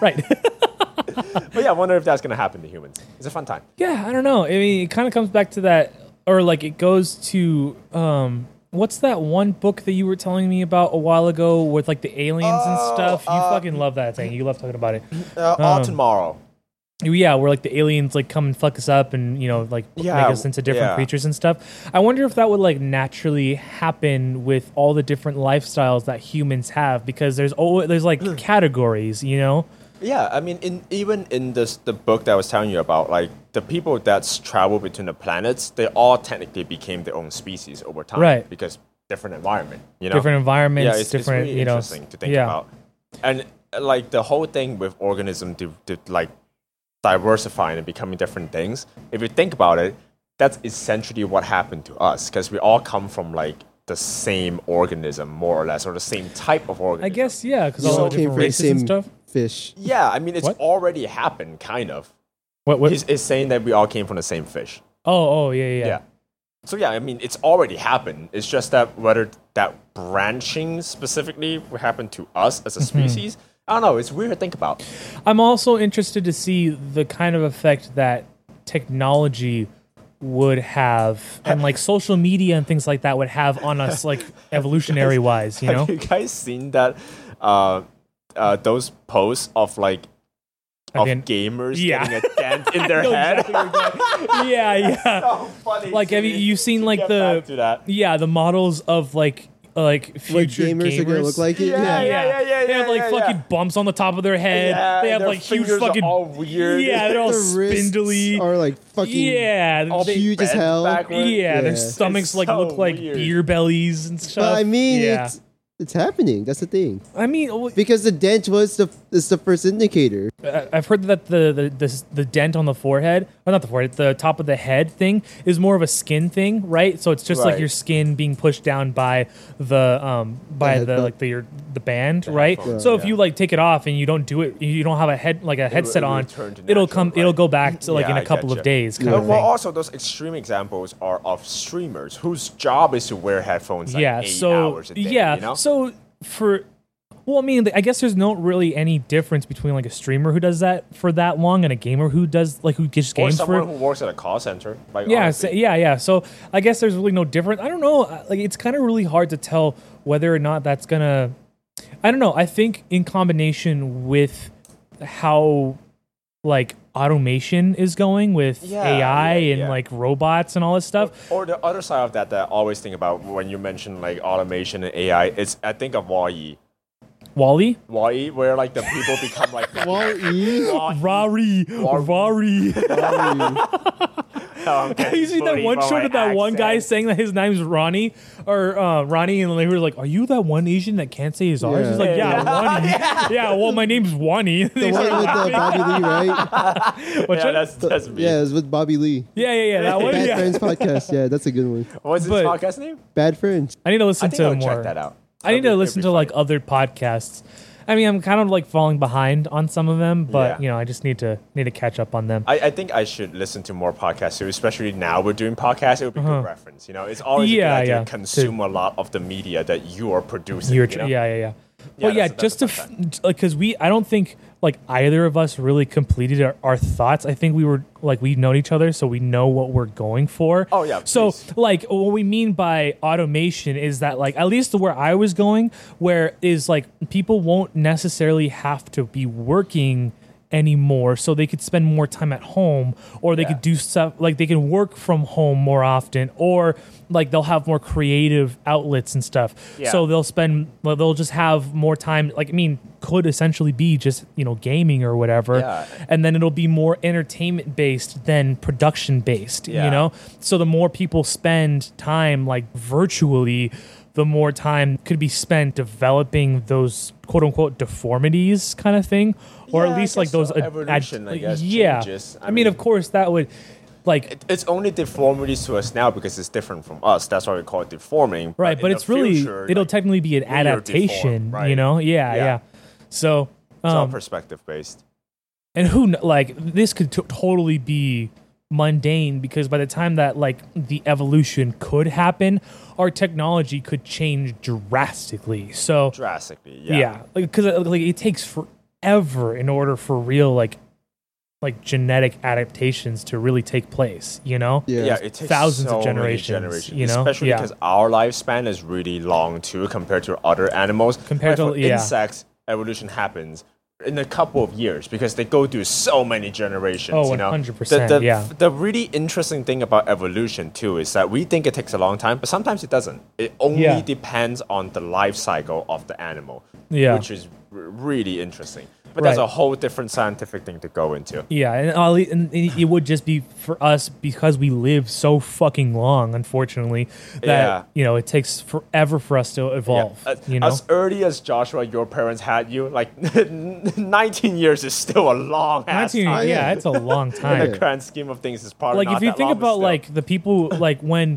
Speaker 1: right.
Speaker 2: but yeah, I wonder if that's gonna happen to humans. It's a fun time.
Speaker 1: Yeah, I don't know. I mean, it kind of comes back to that, or like it goes to um, what's that one book that you were telling me about a while ago with like the aliens
Speaker 2: Oh,
Speaker 1: and stuff? You fucking love that thing. You love talking about it.
Speaker 2: Uh, all tomorrow.
Speaker 1: Yeah, where like the aliens like come and fuck us up and you know like
Speaker 2: Yeah,
Speaker 1: make us into different
Speaker 2: yeah.
Speaker 1: creatures and stuff. I wonder if that would like naturally happen with all the different lifestyles that humans have because there's always there's
Speaker 2: Mm.
Speaker 1: like categories, you know.
Speaker 2: Yeah, I mean, in even in this the book that I was telling you about, like the people that's travel between the planets, they all technically became their own species over time,
Speaker 1: Right.
Speaker 2: Because different environment, you know,
Speaker 1: Different environments,
Speaker 2: Yeah, it's,
Speaker 1: different
Speaker 2: it's really
Speaker 1: you know.
Speaker 2: interesting to think
Speaker 1: yeah.
Speaker 2: about, and uh, like the whole thing with organism to, to like diversifying and becoming different things. If you think about it, that's essentially what happened to us because we all come from like the same organism, more or less, or the same type of organism.
Speaker 1: I guess yeah, because
Speaker 3: You
Speaker 1: all
Speaker 2: So-
Speaker 1: the different
Speaker 3: the
Speaker 1: races and stuff.
Speaker 3: fish.
Speaker 2: Yeah, I mean, it's
Speaker 1: What?
Speaker 2: already happened, kind of.
Speaker 1: What? what?
Speaker 2: He's, it's saying that we all came from the same fish.
Speaker 1: Oh, oh, yeah, yeah,
Speaker 2: Yeah.
Speaker 1: yeah.
Speaker 2: So yeah, I mean, it's already happened. It's just that whether that branching specifically will happen to us as a
Speaker 1: Mm-hmm.
Speaker 2: species, I don't know. It's weird to think about.
Speaker 1: I'm also interested to see the kind of effect that technology would have and like social media and things like that would have on us like evolutionary wise you know
Speaker 2: Have you guys seen that? Uh, uh, those posts of like of
Speaker 1: mean,
Speaker 2: gamers
Speaker 1: yeah.
Speaker 2: getting a dent in their
Speaker 1: know
Speaker 2: head.
Speaker 1: exactly yeah yeah
Speaker 2: so funny.
Speaker 1: like have you
Speaker 2: dude.
Speaker 1: you seen like
Speaker 2: Get
Speaker 1: the
Speaker 2: back to that.
Speaker 1: yeah the models of like like
Speaker 3: Like
Speaker 1: future
Speaker 3: gamers, are gonna look like it.
Speaker 2: Yeah, yeah.
Speaker 1: they have like
Speaker 2: yeah, yeah.
Speaker 1: fucking bumps on the top of their head
Speaker 2: Yeah,
Speaker 1: they have
Speaker 2: their
Speaker 1: like huge
Speaker 2: fingers are
Speaker 1: fucking
Speaker 2: all weird.
Speaker 1: yeah they're all
Speaker 3: Their wrists
Speaker 1: spindly
Speaker 3: are like fucking
Speaker 1: yeah
Speaker 2: All
Speaker 1: they-
Speaker 3: huge as
Speaker 2: bent
Speaker 3: hell.
Speaker 2: backward.
Speaker 1: yeah, their
Speaker 3: Yeah.
Speaker 1: stomachs
Speaker 2: It's
Speaker 1: like
Speaker 2: so
Speaker 1: look like
Speaker 2: weird.
Speaker 1: beer bellies and stuff.
Speaker 3: But I mean,
Speaker 1: yeah.
Speaker 3: it's it's happening. That's the thing.
Speaker 1: I mean, w-
Speaker 3: Because the dent was the is the first indicator.
Speaker 1: I- I've heard that the the, the the dent on the forehead, or not the forehead, the top of the head thing is more of a skin thing, right? So it's just like
Speaker 2: Right.
Speaker 1: your skin being pushed down by the um by
Speaker 3: The
Speaker 1: the,
Speaker 3: headphone.
Speaker 1: like the your the band, right?
Speaker 2: headphone,
Speaker 1: so if
Speaker 2: yeah.
Speaker 1: you like take it off and you don't do it, you don't have a head like a headset
Speaker 2: it will
Speaker 1: on,
Speaker 2: return to
Speaker 1: it'll
Speaker 2: natural,
Speaker 1: come,
Speaker 2: right.
Speaker 1: it'll go back to like
Speaker 2: Yeah,
Speaker 1: in
Speaker 2: I
Speaker 1: a couple of
Speaker 2: getcha.
Speaker 1: days, kind
Speaker 2: Well,
Speaker 1: of
Speaker 2: well,
Speaker 1: thing.
Speaker 2: also those extreme examples are of streamers whose job is to wear headphones. Like
Speaker 1: yeah
Speaker 2: eight
Speaker 1: so
Speaker 2: hours a day,
Speaker 1: yeah
Speaker 2: you know?
Speaker 1: so for well i mean i guess there's no really any difference between like a streamer who does that for that long and a gamer who does like who gets
Speaker 2: or
Speaker 1: games
Speaker 2: someone
Speaker 1: for
Speaker 2: who works at a call center. Like
Speaker 1: yeah
Speaker 2: honestly.
Speaker 1: so- yeah yeah so i guess there's really no difference i don't know uh, like it's kind of really hard to tell whether or not that's gonna i don't know i think in combination with how like automation is going with
Speaker 2: Yeah,
Speaker 1: ai
Speaker 2: yeah,
Speaker 1: and
Speaker 2: yeah.
Speaker 1: like robots and all this stuff
Speaker 2: Or the other side of that that I always think about when you mention like automation and AI, it's I think of Wall-E.
Speaker 1: wally
Speaker 2: Wall-E, where like the people become like
Speaker 3: Well, you,
Speaker 1: rari rari Have you seen that one shot of that one guy saying that his name's Ronnie or uh, Ronnie, and they were like, "Are you that one Asian that can't say his R's?"
Speaker 3: Yeah.
Speaker 1: He's like, "Yeah, Wani. Yeah. well, my name's Wani."
Speaker 3: the
Speaker 1: They
Speaker 3: one
Speaker 1: started
Speaker 3: with the
Speaker 1: laughing.
Speaker 3: Bobby Lee, right?
Speaker 1: What's
Speaker 2: Yeah,
Speaker 1: that?
Speaker 2: that's that's me.
Speaker 3: Yeah, it was with Bobby Lee.
Speaker 1: yeah, yeah, yeah, that one.
Speaker 3: Bad
Speaker 1: Yeah.
Speaker 3: Friends podcast. Yeah, that's a good one.
Speaker 2: What's his
Speaker 1: But-
Speaker 2: podcast name?
Speaker 3: Bad Friends.
Speaker 1: I need to
Speaker 2: I
Speaker 1: listen
Speaker 2: think
Speaker 1: to
Speaker 2: I'll
Speaker 1: more.
Speaker 2: check that out.
Speaker 1: I need
Speaker 2: That'd
Speaker 1: to
Speaker 2: be-
Speaker 1: listen
Speaker 2: that'd
Speaker 1: to
Speaker 2: be
Speaker 1: like
Speaker 2: funny.
Speaker 1: other podcasts. I mean, I'm kind of like falling behind on some of them, but
Speaker 2: Yeah.
Speaker 1: you know, I just need to need to catch up on them.
Speaker 2: I, I think I should listen to more podcasts too, especially now we're doing podcasts. It would be good reference. You know, it's always
Speaker 1: Uh-huh. Yeah,
Speaker 2: a good idea
Speaker 1: yeah.
Speaker 2: to consume a lot of the media that you are producing.
Speaker 1: You're
Speaker 2: you
Speaker 1: tr-
Speaker 2: know?
Speaker 1: yeah, yeah, yeah. Well, yeah,
Speaker 2: that's- that's
Speaker 1: just to
Speaker 2: a
Speaker 1: f- like because we, I don't think like either of us really completed our, our thoughts. I think we were like we've known each other, so we know what we're going for.
Speaker 2: Oh, yeah,
Speaker 1: So
Speaker 2: please.
Speaker 1: like what we mean by automation is that like at least where I was going, where is like people won't necessarily have to be working anymore so they could spend more time at home or they
Speaker 2: Yeah.
Speaker 1: could do stuff like they can work from home more often or like they'll have more creative outlets and stuff
Speaker 2: Yeah.
Speaker 1: so they'll spend well, they'll just have more time like i mean could essentially be just you know gaming or whatever
Speaker 2: Yeah.
Speaker 1: and then it'll be more entertainment based than production based
Speaker 2: Yeah.
Speaker 1: you know so the more people spend time like virtually the more time could be spent developing those quote unquote deformities kind of thing or
Speaker 2: Yeah,
Speaker 1: at
Speaker 2: I
Speaker 1: least like
Speaker 2: guess
Speaker 1: those
Speaker 2: so.
Speaker 1: ad-
Speaker 2: Evolution, I guess,
Speaker 1: yeah
Speaker 2: changes.
Speaker 1: I,
Speaker 2: I
Speaker 1: mean,
Speaker 2: mean-
Speaker 1: of course that would like
Speaker 2: It- It's only deformities to us now because it's different from us. That's why we call it deforming.
Speaker 1: right but
Speaker 2: in the
Speaker 1: it's really
Speaker 2: future,
Speaker 1: it'll
Speaker 2: like,
Speaker 1: technically be an
Speaker 2: we are
Speaker 1: adaptation
Speaker 2: deformed, right?
Speaker 1: you know yeah yeah,
Speaker 2: Yeah.
Speaker 1: so
Speaker 2: it's all
Speaker 1: um,
Speaker 2: perspective based.
Speaker 1: and who kn- like this could t- totally be mundane because by the time that like the evolution could happen our technology could change drastically so
Speaker 2: drastically. Yeah.
Speaker 1: yeah because like it takes forever in order for real like like genetic adaptations to really take place you know
Speaker 3: Yeah.
Speaker 2: Yeah, it takes
Speaker 1: Thousands of
Speaker 2: so many
Speaker 1: generations, you know?
Speaker 2: especially
Speaker 1: Yeah.
Speaker 2: because our lifespan is really long too, compared to other animals.
Speaker 1: Compared
Speaker 2: Like,
Speaker 1: to-
Speaker 2: for
Speaker 1: yeah.
Speaker 2: insects, evolution happens in a couple of years because they go through so many generations.
Speaker 1: Oh,
Speaker 2: you know?
Speaker 1: 100%,
Speaker 2: The, the,
Speaker 1: yeah.
Speaker 2: The really interesting thing about evolution too is that we think it takes a long time, but sometimes it doesn't. It only
Speaker 1: Yeah.
Speaker 2: depends on the life cycle of the animal,
Speaker 1: Yeah.
Speaker 2: which is r- really interesting. But that's
Speaker 1: Right.
Speaker 2: a whole different scientific thing to go into.
Speaker 1: Yeah, and, all, and it it would just be for us because we live so fucking long, unfortunately, that
Speaker 2: Yeah.
Speaker 1: you know it takes forever for us to evolve.
Speaker 2: Yeah. Uh, As-
Speaker 1: you know,
Speaker 2: As early as Joshua, your parents had you, like 19 years is still a long ass
Speaker 1: nineteen.
Speaker 2: time.
Speaker 1: Yeah,
Speaker 3: yeah.
Speaker 1: it's a long
Speaker 2: In
Speaker 1: time.
Speaker 2: the grand scheme of things, it's probably
Speaker 1: Like
Speaker 2: not
Speaker 1: if you
Speaker 2: that
Speaker 1: think
Speaker 2: long, but
Speaker 1: about
Speaker 2: still.
Speaker 1: like the people, like when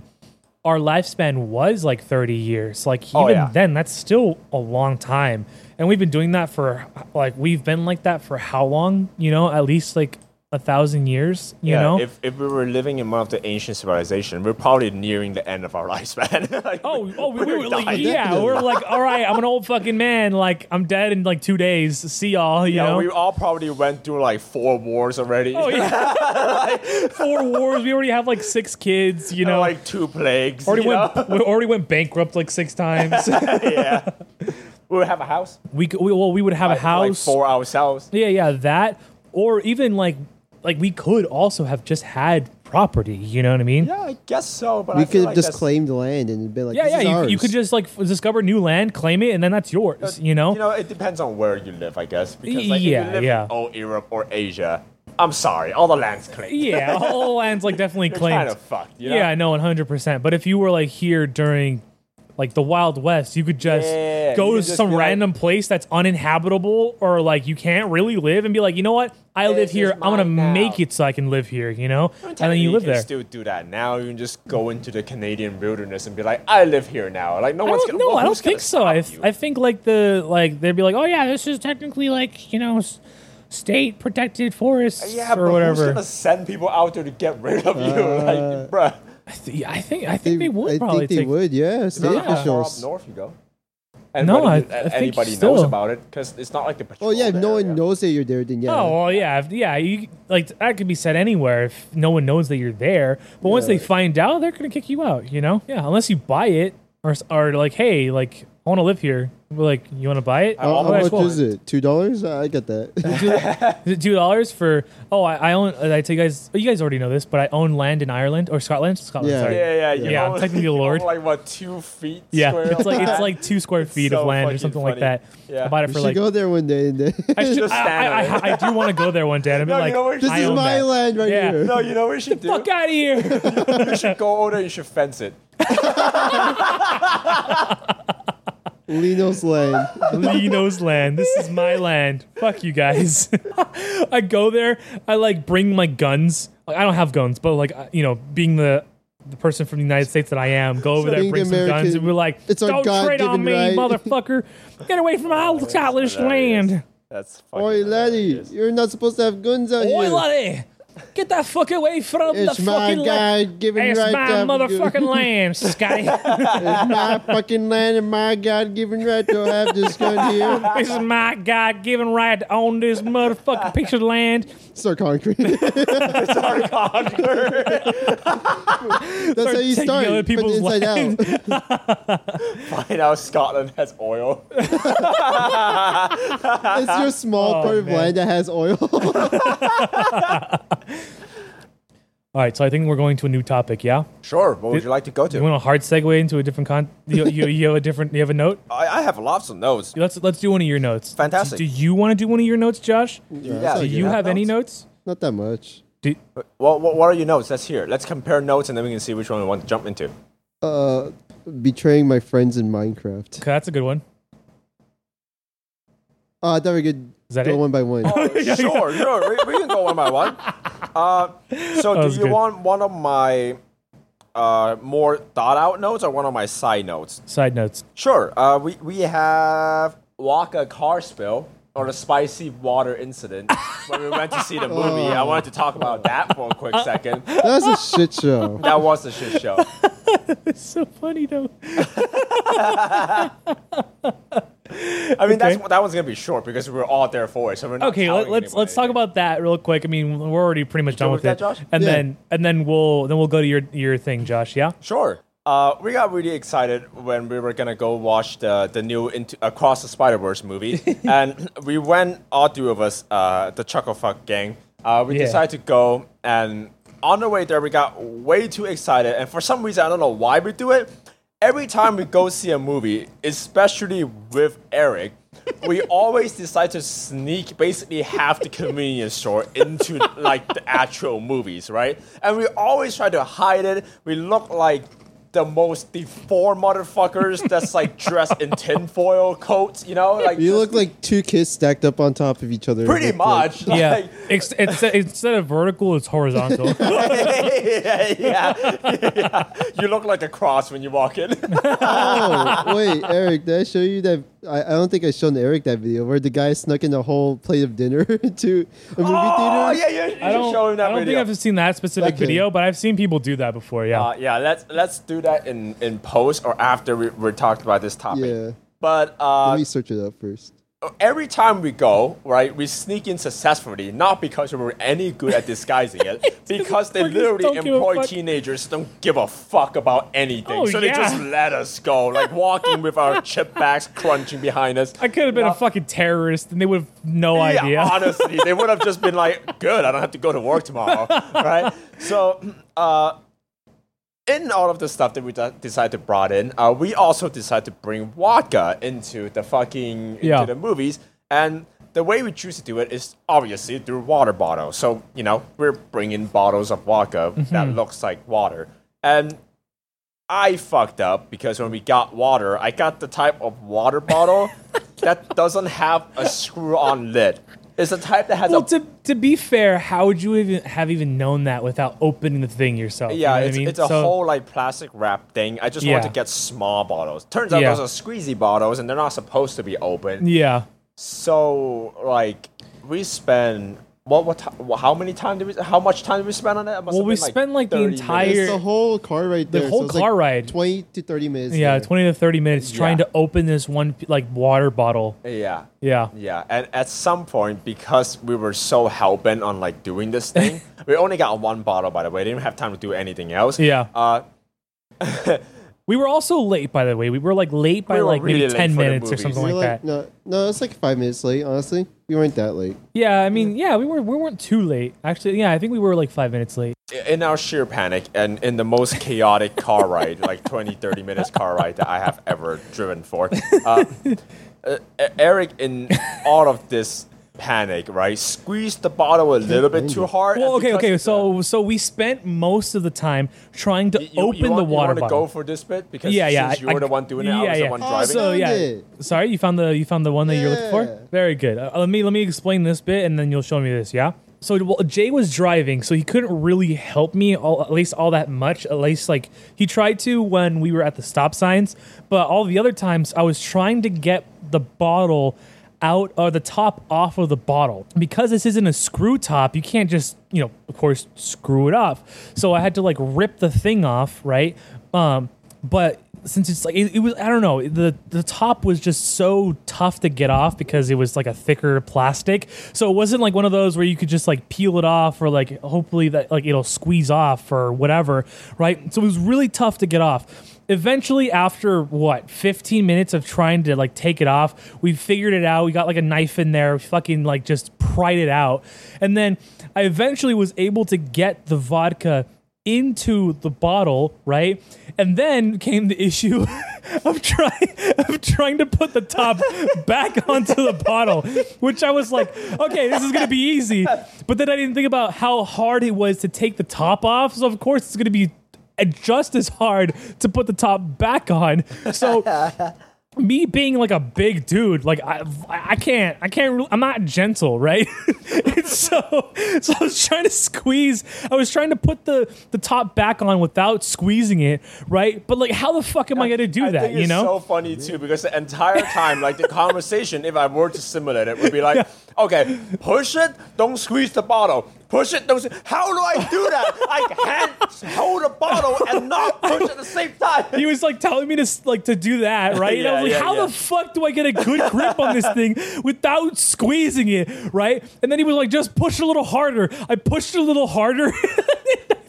Speaker 1: our lifespan was like thirty years, like even
Speaker 2: Oh, yeah.
Speaker 1: then, that's still a long time. And we've been doing that for like we've been like that for how long? You know, at least like a thousand years. You
Speaker 2: yeah,
Speaker 1: know.
Speaker 2: if, if we were living in one of the ancient civilization, we're probably nearing the end of our lifespan. Like,
Speaker 1: Oh, oh, we, we were like,
Speaker 2: dying.
Speaker 1: yeah, we're like, all right, I'm an old fucking man. Like, I'm dead in like two days. See y'all, you
Speaker 2: Yeah,
Speaker 1: know.
Speaker 2: we all probably went through like four wars already.
Speaker 1: oh yeah, four wars. We already have like six kids, you know.
Speaker 2: like two plagues.
Speaker 1: already
Speaker 2: you
Speaker 1: went,
Speaker 2: know?
Speaker 1: we already went bankrupt like six times.
Speaker 2: yeah. We would have a house.
Speaker 1: we, could- we well, we would have a
Speaker 2: Like
Speaker 1: house.
Speaker 2: for ourselves.
Speaker 1: yeah, yeah, that, or even like, like we could also have just had property. You know what I mean?
Speaker 2: Yeah, I guess so. But I
Speaker 3: We
Speaker 2: feel
Speaker 3: could have
Speaker 2: like
Speaker 3: just
Speaker 2: that's-
Speaker 3: claimed land and been like,
Speaker 1: Yeah,
Speaker 3: this
Speaker 1: yeah.
Speaker 3: is
Speaker 1: You, you
Speaker 3: ours.
Speaker 1: could just like f- discover new land, claim it, and then that's yours. You know.
Speaker 2: You know, it depends on where you live, I guess. Because like,
Speaker 1: Yeah,
Speaker 2: if you live
Speaker 1: yeah.
Speaker 2: in all Europe or Asia, I'm sorry, all the land's claimed.
Speaker 1: yeah, all land's like definitely
Speaker 2: You're
Speaker 1: claimed.
Speaker 2: kind of fucked. You know?
Speaker 1: Yeah, I know, one hundred percent. But if you were like here during like the Wild West, you could just
Speaker 2: Yeah,
Speaker 1: go
Speaker 2: you
Speaker 1: to
Speaker 2: could just
Speaker 1: some
Speaker 2: be like-
Speaker 1: random place that's uninhabitable or like you can't really live, and be like, you know what? I live
Speaker 2: This
Speaker 1: here.
Speaker 2: is
Speaker 1: I'm gonna
Speaker 2: mine now."
Speaker 1: make it so I can live here. You know, and then
Speaker 2: Technically,
Speaker 1: you live
Speaker 2: can
Speaker 1: there.
Speaker 2: Still do that now. You can just go into the Canadian wilderness and be like, "I live here now." Like no
Speaker 1: I
Speaker 2: one's
Speaker 1: don't
Speaker 2: gonna.
Speaker 1: know.
Speaker 2: well,
Speaker 1: I don't
Speaker 2: who's gonna
Speaker 1: think so.
Speaker 2: stop
Speaker 1: I,
Speaker 2: you?
Speaker 1: I think like the like they'd be like, oh yeah, this is technically like you know. s- State protected forests
Speaker 2: yeah,
Speaker 1: or
Speaker 2: but
Speaker 1: whatever.
Speaker 2: who's gonna send people out there to get rid of you?
Speaker 3: Uh,
Speaker 2: like, bruh.
Speaker 1: I, th- I think I think they, would
Speaker 3: I
Speaker 1: probably
Speaker 3: think they
Speaker 1: take
Speaker 3: would. Yeah,
Speaker 2: It's
Speaker 3: state
Speaker 2: not how far up
Speaker 3: officials.
Speaker 2: north you go. And
Speaker 1: No,
Speaker 2: whether
Speaker 1: I-
Speaker 2: you-
Speaker 1: I think
Speaker 2: anybody knows
Speaker 1: still-
Speaker 2: about it because it's not like the
Speaker 3: Oh yeah, if
Speaker 2: patrol
Speaker 3: no
Speaker 2: there,
Speaker 3: one
Speaker 2: yeah.
Speaker 3: knows that you're there. Then yeah.
Speaker 1: Oh well, yeah, if, yeah. You like that could be said anywhere if no one knows that you're there. But once they find out, they're gonna kick you out. You know? Yeah, unless you buy it or s- or like, hey, like I want to live here. We're like, you want to buy it?
Speaker 2: I-
Speaker 3: Uh, How-
Speaker 2: I'll-
Speaker 1: Oh,
Speaker 3: how
Speaker 1: that's
Speaker 3: much
Speaker 1: cool.
Speaker 3: is it? Two dollars? I got that.
Speaker 1: Is it two dollars for? Oh, I, I own. I tell you guys, oh, you guys already know this, but I own land in Ireland or Scotland. Scotland,
Speaker 3: Yeah.
Speaker 1: sorry.
Speaker 2: Yeah, yeah, you
Speaker 1: Yeah, I'm
Speaker 2: own-
Speaker 1: technically a
Speaker 2: you own,
Speaker 1: lord.
Speaker 2: Like what, two feet?
Speaker 1: Yeah,
Speaker 2: square
Speaker 1: it's like it's
Speaker 2: land?
Speaker 1: like two square feet
Speaker 2: so
Speaker 1: of land or
Speaker 2: fucking
Speaker 1: something like
Speaker 2: funny.
Speaker 1: that.
Speaker 2: Yeah.
Speaker 1: I bought it
Speaker 3: we
Speaker 1: for
Speaker 3: should
Speaker 1: like.
Speaker 3: go there one day. And then
Speaker 1: I, should,
Speaker 2: Just
Speaker 1: I,
Speaker 2: stand
Speaker 1: I,
Speaker 2: on
Speaker 1: I, I do want to go there one day. And I'd be
Speaker 2: No, you
Speaker 1: like,
Speaker 2: know what?
Speaker 3: this
Speaker 1: I
Speaker 3: is
Speaker 1: own
Speaker 3: my
Speaker 1: that.
Speaker 3: land right
Speaker 1: Yeah.
Speaker 3: here.
Speaker 2: No, you know what you should do?
Speaker 1: Fuck out of here!
Speaker 2: You should go over there. You should fence it.
Speaker 3: Lino's land.
Speaker 1: Lino's land. This is my land. Fuck you guys. I go there. I like bring my guns. Like, I don't have guns, but like I- you know, being the the person from the United States that I am, go over there,
Speaker 3: Being
Speaker 1: bring some guns,
Speaker 3: American,
Speaker 1: and we're like,
Speaker 3: it's our
Speaker 1: "Don't trade on
Speaker 3: God-given
Speaker 1: me,
Speaker 3: right."
Speaker 1: motherfucker! Get away from my Scottish
Speaker 2: hilarious.
Speaker 1: land,
Speaker 2: That's fucking.
Speaker 3: Oi, laddie,
Speaker 2: hilarious.
Speaker 3: you're not supposed to have guns out
Speaker 1: Oi,
Speaker 3: here.
Speaker 1: laddie! Get that fuck away from
Speaker 3: It's
Speaker 1: the
Speaker 3: my
Speaker 1: fucking land!
Speaker 3: God given
Speaker 1: It's
Speaker 3: right
Speaker 1: my
Speaker 3: to have
Speaker 1: motherfucking
Speaker 3: gun.
Speaker 1: land, Scotty.
Speaker 3: it's my fucking land and my God given right to have this gun here.
Speaker 1: this is my God-given right to own this motherfucking piece of land.
Speaker 3: Start concrete. That's
Speaker 2: Sorry, Conquer.
Speaker 3: how you
Speaker 1: taking
Speaker 3: start.
Speaker 1: other
Speaker 3: from the
Speaker 1: people's
Speaker 3: inside
Speaker 1: land.
Speaker 3: out.
Speaker 2: Find out Scotland has oil.
Speaker 3: It's your small
Speaker 1: Oh,
Speaker 3: part of
Speaker 1: man.
Speaker 3: land that has oil.
Speaker 1: All right, so I think we're going to a new topic. Yeah,
Speaker 2: Sure. What would you like to go
Speaker 1: you
Speaker 2: to?
Speaker 1: want a hard segue into a different con? You, you, you have a different. You have a note.
Speaker 2: I, I have lots of notes.
Speaker 1: Let's let's do one of your notes.
Speaker 2: Fantastic.
Speaker 1: Do you want to do one of your notes, Josh? Do
Speaker 3: Yeah,
Speaker 2: Yeah,
Speaker 3: so
Speaker 2: do
Speaker 1: you have any notes?
Speaker 3: Not that much.
Speaker 1: Do,
Speaker 2: Well, what, what are your notes? Let's hear. Let's compare notes, and then we can see which one we want to jump into.
Speaker 3: Uh, betraying my friends in Minecraft.
Speaker 1: okay, that's a good one.
Speaker 3: Oh, I thought we could
Speaker 1: Is that
Speaker 3: go
Speaker 1: it? Oh.
Speaker 3: one by one.
Speaker 2: sure, sure. We, we can go one by one. Uh, so, do
Speaker 1: was
Speaker 2: you
Speaker 1: good.
Speaker 2: want one of my uh, more thought out notes or one of my side notes?
Speaker 1: Side notes.
Speaker 2: Sure. Uh, we, we have Waka car spill or the spicy water incident when we went to see the movie. I wanted to talk about that for a quick
Speaker 1: Uh.
Speaker 2: second.
Speaker 3: That was a shit show.
Speaker 2: That was a shit show.
Speaker 1: It's so funny though.
Speaker 2: I mean, that's
Speaker 1: Okay.
Speaker 2: that one's gonna be short because we were all there for it. So we're not
Speaker 1: Okay, let,
Speaker 2: telling
Speaker 1: let's let's
Speaker 2: anybody.
Speaker 1: talk about that real quick. I mean, we're already pretty much done
Speaker 2: good
Speaker 1: with
Speaker 2: with
Speaker 1: it,
Speaker 2: that, Josh?
Speaker 1: and
Speaker 3: Yeah.
Speaker 1: then and then we'll then we'll go to your your thing, Josh. Yeah.
Speaker 2: Sure. Uh, we got really excited when we were gonna go watch the the new Into Across the Spider Verse movie, and we went all three of us, uh, the Chuckle Fuck gang. Uh, we
Speaker 1: Yeah.
Speaker 2: decided to go, and on the way there, we got way too excited, and for some reason, I don't know why we do it. Every time we go see a movie, especially with Eric, we always decide to sneak basically half the convenience store into like the actual movies, right? And we always try to hide it. We look like the most deformed motherfuckers that's like dressed in tinfoil coats, you know? Like
Speaker 3: You
Speaker 2: just
Speaker 3: look like two kids stacked up on top of each other.
Speaker 2: pretty
Speaker 3: Look like-
Speaker 2: much.
Speaker 1: Yeah.
Speaker 2: like-
Speaker 1: Ex- it's, instead of vertical, it's horizontal.
Speaker 2: yeah, yeah, yeah. You look like a cross when you walk in.
Speaker 3: oh, wait, Eric, did I show you that I, I don't think I shown Eric that video where the guy snuck in a whole plate of dinner to a movie
Speaker 2: Oh, yeah,
Speaker 3: theater.
Speaker 2: yeah.
Speaker 1: I
Speaker 2: You should
Speaker 1: don't,
Speaker 2: show him that
Speaker 1: I don't
Speaker 2: video.
Speaker 1: think I've seen that specific
Speaker 3: Second.
Speaker 1: video, but I've seen people do that before. Yeah.
Speaker 2: uh, yeah, let's let's do that in, in post or after we, we're talking about this topic.
Speaker 3: Yeah.
Speaker 2: But
Speaker 3: Let
Speaker 2: uh,
Speaker 3: me search it up first.
Speaker 2: every time we go, right, we sneak in successfully, not because we were any good at disguising it, because they
Speaker 1: Fuckers
Speaker 2: literally
Speaker 1: don't give a
Speaker 2: employ
Speaker 1: fuck.
Speaker 2: teenagers don't give a fuck about anything.
Speaker 1: Oh,
Speaker 2: so they just
Speaker 1: yeah.
Speaker 2: let us go, like walking with our chip bags crunching behind us.
Speaker 1: I could have been
Speaker 2: No.
Speaker 1: a fucking terrorist, and they would have no
Speaker 2: Yeah,
Speaker 1: idea.
Speaker 2: honestly, they would have just been like, "Good, I don't have to go to work tomorrow." right? So, uh, in all of the stuff that we de- decide to brought in, uh, we also decide to bring vodka into the fucking into
Speaker 1: Yeah.
Speaker 2: the movies, and the way we choose to do it is obviously through water bottle. So you know, we're bringing bottles of vodka
Speaker 1: Mm-hmm.
Speaker 2: that looks like water, and I fucked up because when we got water, I got the type of water bottle that doesn't have a screw on lid. It's the type that has
Speaker 1: well,
Speaker 2: a
Speaker 1: to to be fair, how would you even have even known that without opening the thing yourself? You know
Speaker 2: yeah,
Speaker 1: what
Speaker 2: it's,
Speaker 1: I mean?
Speaker 2: it's a
Speaker 1: So-
Speaker 2: whole like plastic wrap thing. I just want
Speaker 1: Yeah.
Speaker 2: to get small bottles. Turns out
Speaker 1: Yeah.
Speaker 2: those are squeezy bottles and they're not supposed to be open.
Speaker 1: Yeah,
Speaker 2: So like we spend what what ti- wha- how many time did we how much time did we spend on that? It must
Speaker 1: Well,
Speaker 2: have
Speaker 1: we
Speaker 2: been,
Speaker 1: spent, like, the
Speaker 2: 30
Speaker 1: entire-
Speaker 2: minutes.
Speaker 3: It's the whole car ride
Speaker 1: The
Speaker 3: there.
Speaker 1: whole
Speaker 3: it's
Speaker 1: car
Speaker 3: like
Speaker 1: ride.
Speaker 3: Twenty to thirty minutes.
Speaker 1: yeah,
Speaker 3: there.
Speaker 1: twenty to thirty minutes trying
Speaker 2: Yeah.
Speaker 1: to open this one like water bottle.
Speaker 2: Yeah.
Speaker 1: Yeah,
Speaker 2: Yeah, and at some point, because we were so hell bent on like doing this thing, we only got one bottle. By the way, didn't have time to do anything else.
Speaker 1: Yeah.
Speaker 2: uh,
Speaker 1: we were also late, by the way. We were like late by
Speaker 2: We were
Speaker 1: like
Speaker 2: really
Speaker 1: maybe
Speaker 2: late
Speaker 1: ten
Speaker 2: for the
Speaker 1: minutes or
Speaker 2: movies.
Speaker 1: something
Speaker 3: We
Speaker 1: like, that.
Speaker 3: were No, no, it's like five minutes late. Honestly, we weren't that late.
Speaker 1: Yeah, I mean, yeah, we were we weren't too late actually. Yeah, I think we were like five minutes late.
Speaker 2: in our sheer panic and in the most chaotic car ride, like 20, 30 minutes car ride that I have ever driven for, uh, uh, Eric, in all of this panic, right, squeezed the bottle a little bit too hard.
Speaker 1: Well,
Speaker 2: and
Speaker 1: okay,
Speaker 2: because
Speaker 1: okay.
Speaker 2: the-
Speaker 1: So so we spent most of the time trying to
Speaker 2: you- you,
Speaker 1: open
Speaker 2: you want,
Speaker 1: the water
Speaker 2: you want
Speaker 1: bottle.
Speaker 2: to go for this bit because
Speaker 1: yeah, yeah.
Speaker 2: since you were the one doing it, I was the one
Speaker 3: Oh,
Speaker 2: driving.
Speaker 1: So
Speaker 3: Found
Speaker 1: yeah,
Speaker 3: it.
Speaker 1: sorry, you found the you found the one that you're looking
Speaker 3: Yeah.
Speaker 1: for. Very good. Uh, let me let me explain this bit, and then you'll show me this. Yeah. So well, Jay was driving, so he couldn't really help me, all, at least all that much. At least like he tried to when we were at the stop signs, but all the other times I was trying to get the bottle out or the top off of the bottle because this isn't a screw top you can't just you know of course screw it off so i had to like rip the thing off right um but since it's like it, it was i don't know the the top was just so tough to get off because it was like a thicker plastic so it wasn't like one of those where you could just like peel it off or like hopefully that like it'll squeeze off or whatever right so it was really tough to get off eventually after what 15 minutes of trying to like take it off we figured it out we got like a knife in there we fucking like just pried it out and then i eventually was able to get the vodka into the bottle, right? And then came the issue of trying of trying to put the top back onto the bottle, which I was like, okay, this is gonna be easy. But then I didn't think about how hard it was to take the top off. So of course it's gonna be just as hard to put the top back on. So me being like a big dude, like I, I can't, I can't, really, I'm not gentle, right? And so, so I was trying to squeeze, I was trying to put the the top back on without squeezing it, right? But like, how the fuck am I gonna do
Speaker 2: I
Speaker 1: that?
Speaker 2: think
Speaker 1: You
Speaker 2: it's so
Speaker 1: know?
Speaker 2: funny too because the entire time, like the conversation, if I were to simulate it, would be like, okay, push it, don't squeeze the bottle. Push it, don't. squeeze- How do I do that? I can't hold a bottle and not push at the same time.
Speaker 1: he was like telling me to s- like to do that, right? and I
Speaker 2: Yeah,
Speaker 1: was like,
Speaker 2: yeah,
Speaker 1: how
Speaker 2: yeah.
Speaker 1: the fuck do I get a good grip on this thing without squeezing it, right? And then he was like, just push a little harder. I pushed a little harder.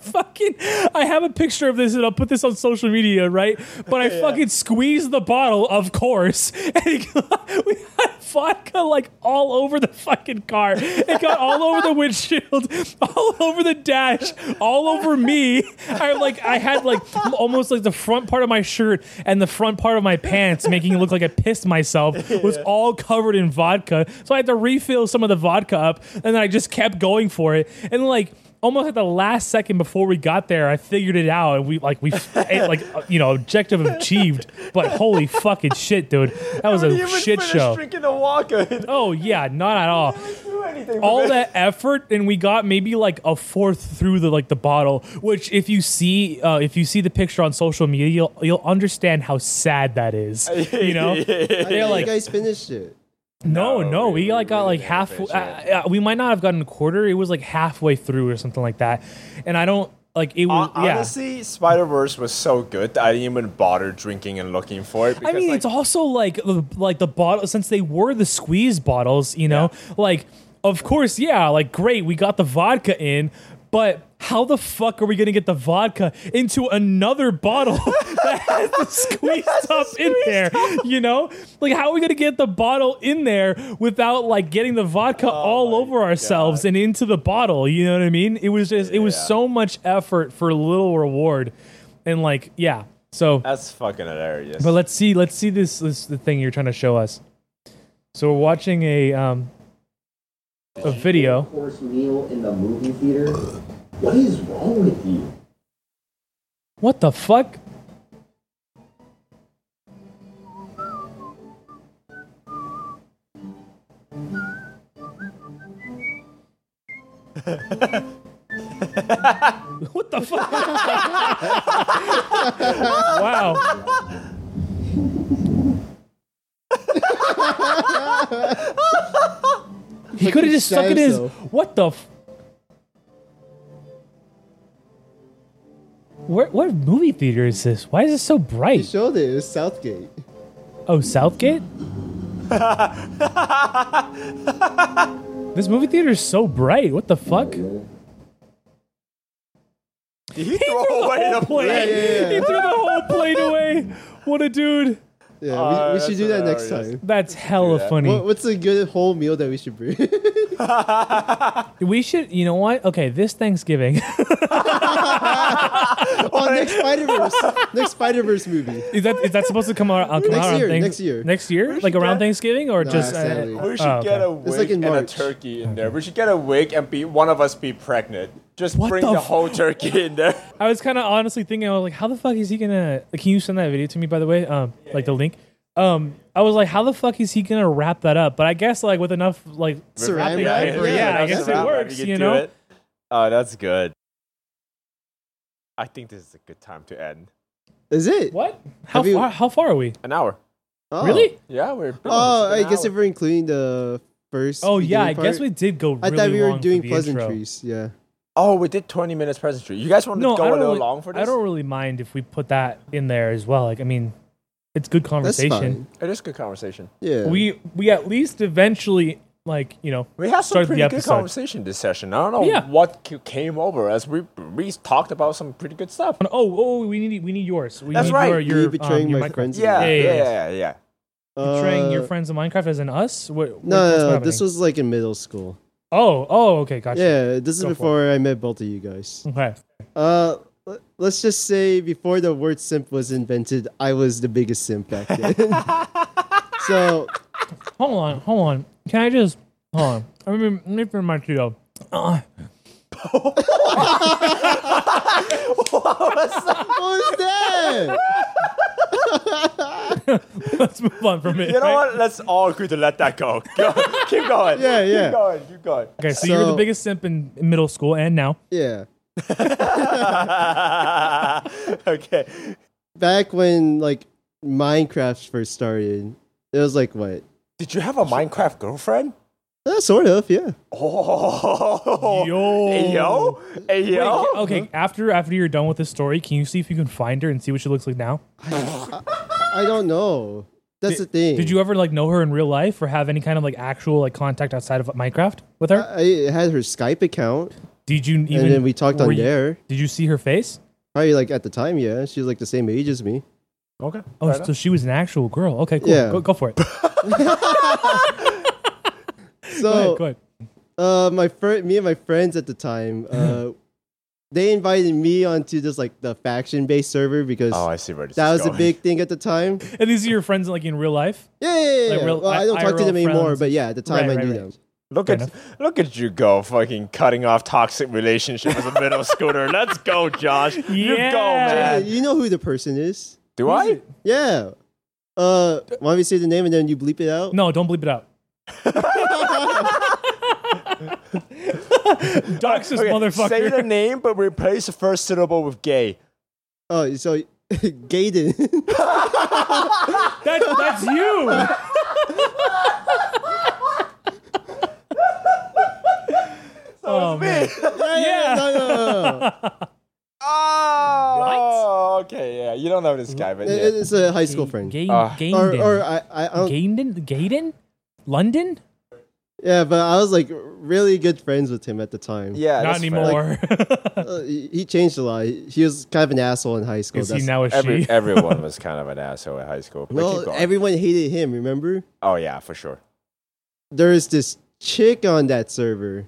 Speaker 1: fucking I have a picture of this and I'll put this on social media, right? But I fucking squeezed the bottle, of course, and it got- we had vodka like all over the fucking car. It got all over the windshield, all over the dash, all over me. I like I had like almost like the front part of my shirt and the front part of my pants, making it look like I pissed myself, was all covered in vodka. So I had to refill some of the vodka up, and then I just kept going for it, and like almost at the last second before we got there, I figured it out, and we like we it, like uh, you know objective achieved. But holy fucking shit, dude, that was
Speaker 2: I didn't
Speaker 1: a
Speaker 2: even
Speaker 1: shit
Speaker 2: finish
Speaker 1: show.
Speaker 2: Drinking a walker.
Speaker 1: Oh yeah, not at all.
Speaker 2: anything.
Speaker 1: all
Speaker 2: with it.
Speaker 1: that effort and we got maybe like a fourth through the like the bottle which if you see uh, if you see the picture on social media you'll, you'll understand how sad that is you know
Speaker 3: I think
Speaker 1: they're
Speaker 3: you
Speaker 1: like
Speaker 3: guys finished it.
Speaker 1: no
Speaker 2: No,
Speaker 1: no
Speaker 2: we-
Speaker 1: we like
Speaker 2: we
Speaker 1: got
Speaker 2: really
Speaker 1: like
Speaker 2: didn't
Speaker 1: half uh,
Speaker 2: finish it.
Speaker 1: uh, we might not have gotten a quarter it was like halfway through or something like that and i don't like it was
Speaker 2: Hon-
Speaker 1: yeah
Speaker 2: Honestly, Spider Verse was so good that I didn't even bother drinking and looking for
Speaker 1: I
Speaker 2: it. Because,
Speaker 1: mean,
Speaker 2: like,
Speaker 1: it's also like the- like the bottle since they were the squeeze bottles, you know, like of course, yeah, like great, we got the vodka in, but how the fuck are we gonna get the vodka into another bottle that has the squeeze top in there? You know, like how are we gonna get the bottle in there without like getting the vodka all over ourselves and into the bottle? You know what I mean? It was just it was
Speaker 2: Yeah.
Speaker 1: so much effort for little reward, and like yeah, so
Speaker 2: that's fucking hilarious.
Speaker 1: but let's see, let's see this this the thing you're trying to show us. So we're watching a um a video.
Speaker 4: course meal in the movie theater? What is wrong with you?
Speaker 1: What the fuck? what the fuck? wow. He could have just stuck it in his.
Speaker 3: Shizo.
Speaker 1: What the? F- Where, what movie theater is this? Why is it so
Speaker 3: He
Speaker 1: bright?
Speaker 3: showed it. It was Southgate.
Speaker 1: Oh, Southgate? this movie theater is so bright. What the fuck?
Speaker 2: Did he throw away the
Speaker 1: plate.
Speaker 2: plate?
Speaker 3: yeah, yeah.
Speaker 1: He threw the whole plate away. What a dude.
Speaker 3: Yeah,
Speaker 2: Uh,
Speaker 3: we, we should
Speaker 2: that's
Speaker 3: do that next
Speaker 2: hilarious.
Speaker 3: time.
Speaker 1: That's hella
Speaker 2: that.
Speaker 1: funny.
Speaker 3: What, what's a good whole meal that we should bring?
Speaker 1: We should, you know what? Okay, this Thanksgiving.
Speaker 3: oh, next Spider Verse. next Spider Verse movie.
Speaker 1: is that is that supposed to come out, uh, come
Speaker 3: Next
Speaker 1: out around
Speaker 3: year,
Speaker 1: Thanks-
Speaker 3: next year.
Speaker 1: Next year? Like
Speaker 2: should
Speaker 1: around
Speaker 2: get-
Speaker 1: Thanksgiving or
Speaker 3: Nah,
Speaker 1: just
Speaker 3: sadly.
Speaker 1: uh,
Speaker 2: We should
Speaker 1: oh,
Speaker 2: get
Speaker 1: okay.
Speaker 2: a wig
Speaker 3: like in
Speaker 2: and a
Speaker 3: March.
Speaker 2: turkey in there. We should get a wig and be one of us be pregnant. Just
Speaker 1: What
Speaker 2: bring
Speaker 1: the
Speaker 2: the,
Speaker 1: f-
Speaker 2: whole turkey in there.
Speaker 1: I was kind of honestly thinking, I was like, how the fuck is he gonna? like, Can you send that video to me, by the way? Um, like the link. Um, I was like, how the fuck is he gugonna wrap that up? But I guess like with enough like
Speaker 3: Saran
Speaker 1: wrapping
Speaker 3: wrap,
Speaker 1: paper,
Speaker 3: yeah,
Speaker 1: yeah, I
Speaker 3: enough
Speaker 1: guess
Speaker 3: saran
Speaker 1: it
Speaker 3: wrap,
Speaker 1: works.
Speaker 2: can
Speaker 1: You
Speaker 2: do
Speaker 1: know,
Speaker 2: it. Oh, that's good. I think this is a good time to end.
Speaker 3: Is it?
Speaker 1: what? How
Speaker 3: Have you-
Speaker 1: far? How far are we?
Speaker 2: An hour.
Speaker 3: Oh.
Speaker 1: Really?
Speaker 2: Yeah, we're.
Speaker 3: Oh,
Speaker 2: it's
Speaker 3: I
Speaker 2: an
Speaker 3: guess
Speaker 2: hour.
Speaker 3: if we're including the first.
Speaker 1: Oh yeah, I
Speaker 3: beginning
Speaker 1: guess
Speaker 3: part.
Speaker 1: we did go. Really
Speaker 3: I thought we
Speaker 1: long
Speaker 3: were
Speaker 1: for
Speaker 3: doing
Speaker 1: the intro.
Speaker 3: pleasantries. Yeah.
Speaker 2: Oh, we did 20 minutes presentry. You guys want to
Speaker 1: No, I
Speaker 2: go a
Speaker 1: don't
Speaker 2: little
Speaker 1: really-
Speaker 2: long for this?
Speaker 1: I don't really mind if we put that in there as well. Like, I mean, it's good
Speaker 3: That's
Speaker 1: conversation.
Speaker 2: It
Speaker 3: fine.
Speaker 2: is good conversation.
Speaker 3: Yeah.
Speaker 1: We we at least eventually like you know
Speaker 2: We had some
Speaker 1: Start the
Speaker 2: pretty good
Speaker 1: episode.
Speaker 2: conversation this session. I don't know
Speaker 1: Yeah.
Speaker 2: what ca- came over as we we talked about some pretty good stuff.
Speaker 1: Oh, oh, we need we need yours. We
Speaker 2: That's
Speaker 1: need
Speaker 2: right.
Speaker 1: Your, your,
Speaker 3: Me
Speaker 1: um,
Speaker 3: betraying
Speaker 1: your
Speaker 3: my
Speaker 1: micro-
Speaker 3: friends.
Speaker 2: Yeah,
Speaker 1: Yeah,
Speaker 2: yeah,
Speaker 1: yeah,
Speaker 2: yeah,
Speaker 1: yeah.
Speaker 2: yeah. yeah.
Speaker 1: Betraying your
Speaker 3: Uh,
Speaker 1: friends in Minecraft as in us. What,
Speaker 3: No,
Speaker 1: what's
Speaker 3: no, no,
Speaker 1: happening?
Speaker 3: this was like in middle school.
Speaker 1: Oh, oh, okay, gotcha.
Speaker 3: Yeah, this is
Speaker 1: Go for it.
Speaker 3: before I met both of you guys.
Speaker 1: Okay.
Speaker 3: Uh, l- let's just say before the word simp was invented, I was the biggest simp back then. so
Speaker 1: Hold on, hold on. Can I just hold on? I mean, let me for my trio. Uh,
Speaker 3: what was that?
Speaker 1: let's move on from it.
Speaker 2: You know
Speaker 1: right?
Speaker 2: what? Let's all agree to let that go. go keep going.
Speaker 3: Yeah, yeah.
Speaker 2: Keep going. Keep going.
Speaker 1: Okay, so, you were the
Speaker 3: So-
Speaker 1: biggest simp in in middle school and now.
Speaker 3: Yeah,
Speaker 2: okay.
Speaker 3: back when like Minecraft first started, it was like what?
Speaker 2: Did you have a Minecraft girlfriend?
Speaker 3: Uh, sort of, yeah.
Speaker 2: Oh.
Speaker 1: Yo.
Speaker 2: Hey, yo. Hey, yo.
Speaker 3: Oh.
Speaker 1: Wait, okay, after after you're done with this story, can you see if you can find her and see what she looks like now?
Speaker 3: I don't know. That's the thing.
Speaker 1: Did you ever like know her in real life or have any kind of like actual like contact outside of Minecraft with her?
Speaker 3: I had her Skype account,
Speaker 1: Did you even?
Speaker 3: Uh, and then we talked
Speaker 1: were
Speaker 3: on
Speaker 1: you-
Speaker 3: there.
Speaker 1: Did you see her face?
Speaker 3: Probably like at the time, yeah. She was like the same age as me.
Speaker 2: Okay.
Speaker 1: Oh, so she was an actual girl. Okay, cool.
Speaker 3: Yeah.
Speaker 1: Go, go for it.
Speaker 3: So
Speaker 1: Go ahead.
Speaker 3: uh, my friend, me and my friends at the time, uh, they invited me onto this like the faction based server because
Speaker 2: Oh, I see where this
Speaker 3: that
Speaker 2: is
Speaker 3: was
Speaker 2: going.
Speaker 3: a big thing at the time. Yeah,
Speaker 1: And these are your friends, like in real life.
Speaker 3: yeah, yeah. yeah.
Speaker 1: Like real-
Speaker 3: well, I,
Speaker 1: I-
Speaker 3: don't talk to
Speaker 1: IRL
Speaker 3: them anymore,
Speaker 1: friends.
Speaker 3: but yeah, at the time
Speaker 1: Right,
Speaker 3: I
Speaker 1: right,
Speaker 3: knew
Speaker 1: right.
Speaker 3: them.
Speaker 2: Look at look at you go, fucking cutting off toxic relationship as a middle schooler. Let's go, Josh. You
Speaker 1: Yeah.
Speaker 2: go,
Speaker 3: Yeah,
Speaker 2: man.
Speaker 3: you know who the person is?
Speaker 2: Do I?
Speaker 3: Yeah. Uh, want me to say the name and then you bleep it out?
Speaker 1: No, don't bleep it out. Dox this
Speaker 2: Okay, Say the
Speaker 1: motherfucker.
Speaker 2: name, but replace the first syllable with gay.
Speaker 3: Oh, so Gaiden.
Speaker 1: That, that's you.
Speaker 2: Oh, man.
Speaker 1: Yeah.
Speaker 3: no, no, no, no.
Speaker 2: Oh, okay, yeah. You don't know this guy, but
Speaker 3: It-
Speaker 2: yeah.
Speaker 3: It's a high school friend.
Speaker 1: Gain,
Speaker 2: Uh,
Speaker 3: Or,
Speaker 1: Gaiden.
Speaker 3: or I, I don't.
Speaker 1: Gaiden? Gaiden? London?
Speaker 3: Yeah, but I was like really good friends with him at the time.
Speaker 2: yeah
Speaker 1: Not
Speaker 2: that's fair. Like,
Speaker 1: anymore.
Speaker 3: Uh, he he changed a lot. He he was kind of an asshole in high school.
Speaker 1: Is he
Speaker 3: That's,
Speaker 1: now a she?
Speaker 2: every, everyone was kind of an asshole at high school. But keep
Speaker 3: well,
Speaker 2: going.
Speaker 3: everyone hated him. Remember,
Speaker 2: oh, yeah, for sure.
Speaker 3: there was this chick on that server.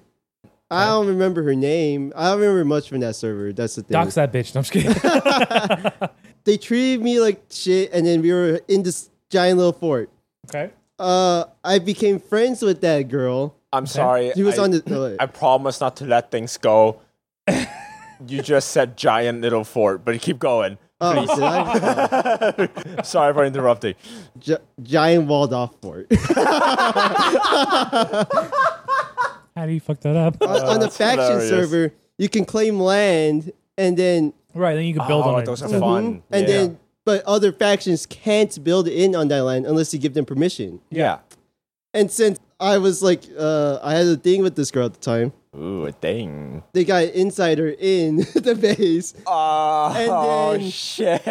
Speaker 3: I don't remember her name. I don't remember much from that server. That's the thing.
Speaker 1: Dox that bitch. No, I'm just kidding.
Speaker 3: They treated me like shit, and then we were in this giant little fort.
Speaker 1: okay.
Speaker 3: Uh, I became friends with that girl.
Speaker 2: I'm sorry.
Speaker 3: She was
Speaker 2: I,
Speaker 3: on the. no, wait.
Speaker 2: I promise not to let things go. you just said giant little fort, but keep going.
Speaker 3: oh, did I?
Speaker 2: Sorry for interrupting.
Speaker 3: Gi- giant walled off fort.
Speaker 1: How do you fuck that up?
Speaker 3: on the
Speaker 2: Oh, that's
Speaker 3: faction
Speaker 2: hilarious.
Speaker 3: server, you can claim land and then
Speaker 1: right, then you can build
Speaker 2: oh,
Speaker 1: on it. Mm-hmm.
Speaker 2: those are
Speaker 1: So-
Speaker 2: fun.
Speaker 3: and
Speaker 2: yeah.
Speaker 3: then but other factions can't build in on that land unless you give them permission.
Speaker 2: yeah.
Speaker 3: And since I was like uh I had a thing with this girl at the time,
Speaker 2: Ooh, a thing.
Speaker 3: they got an insider in the base.
Speaker 2: Oh,
Speaker 3: And then-
Speaker 2: shit.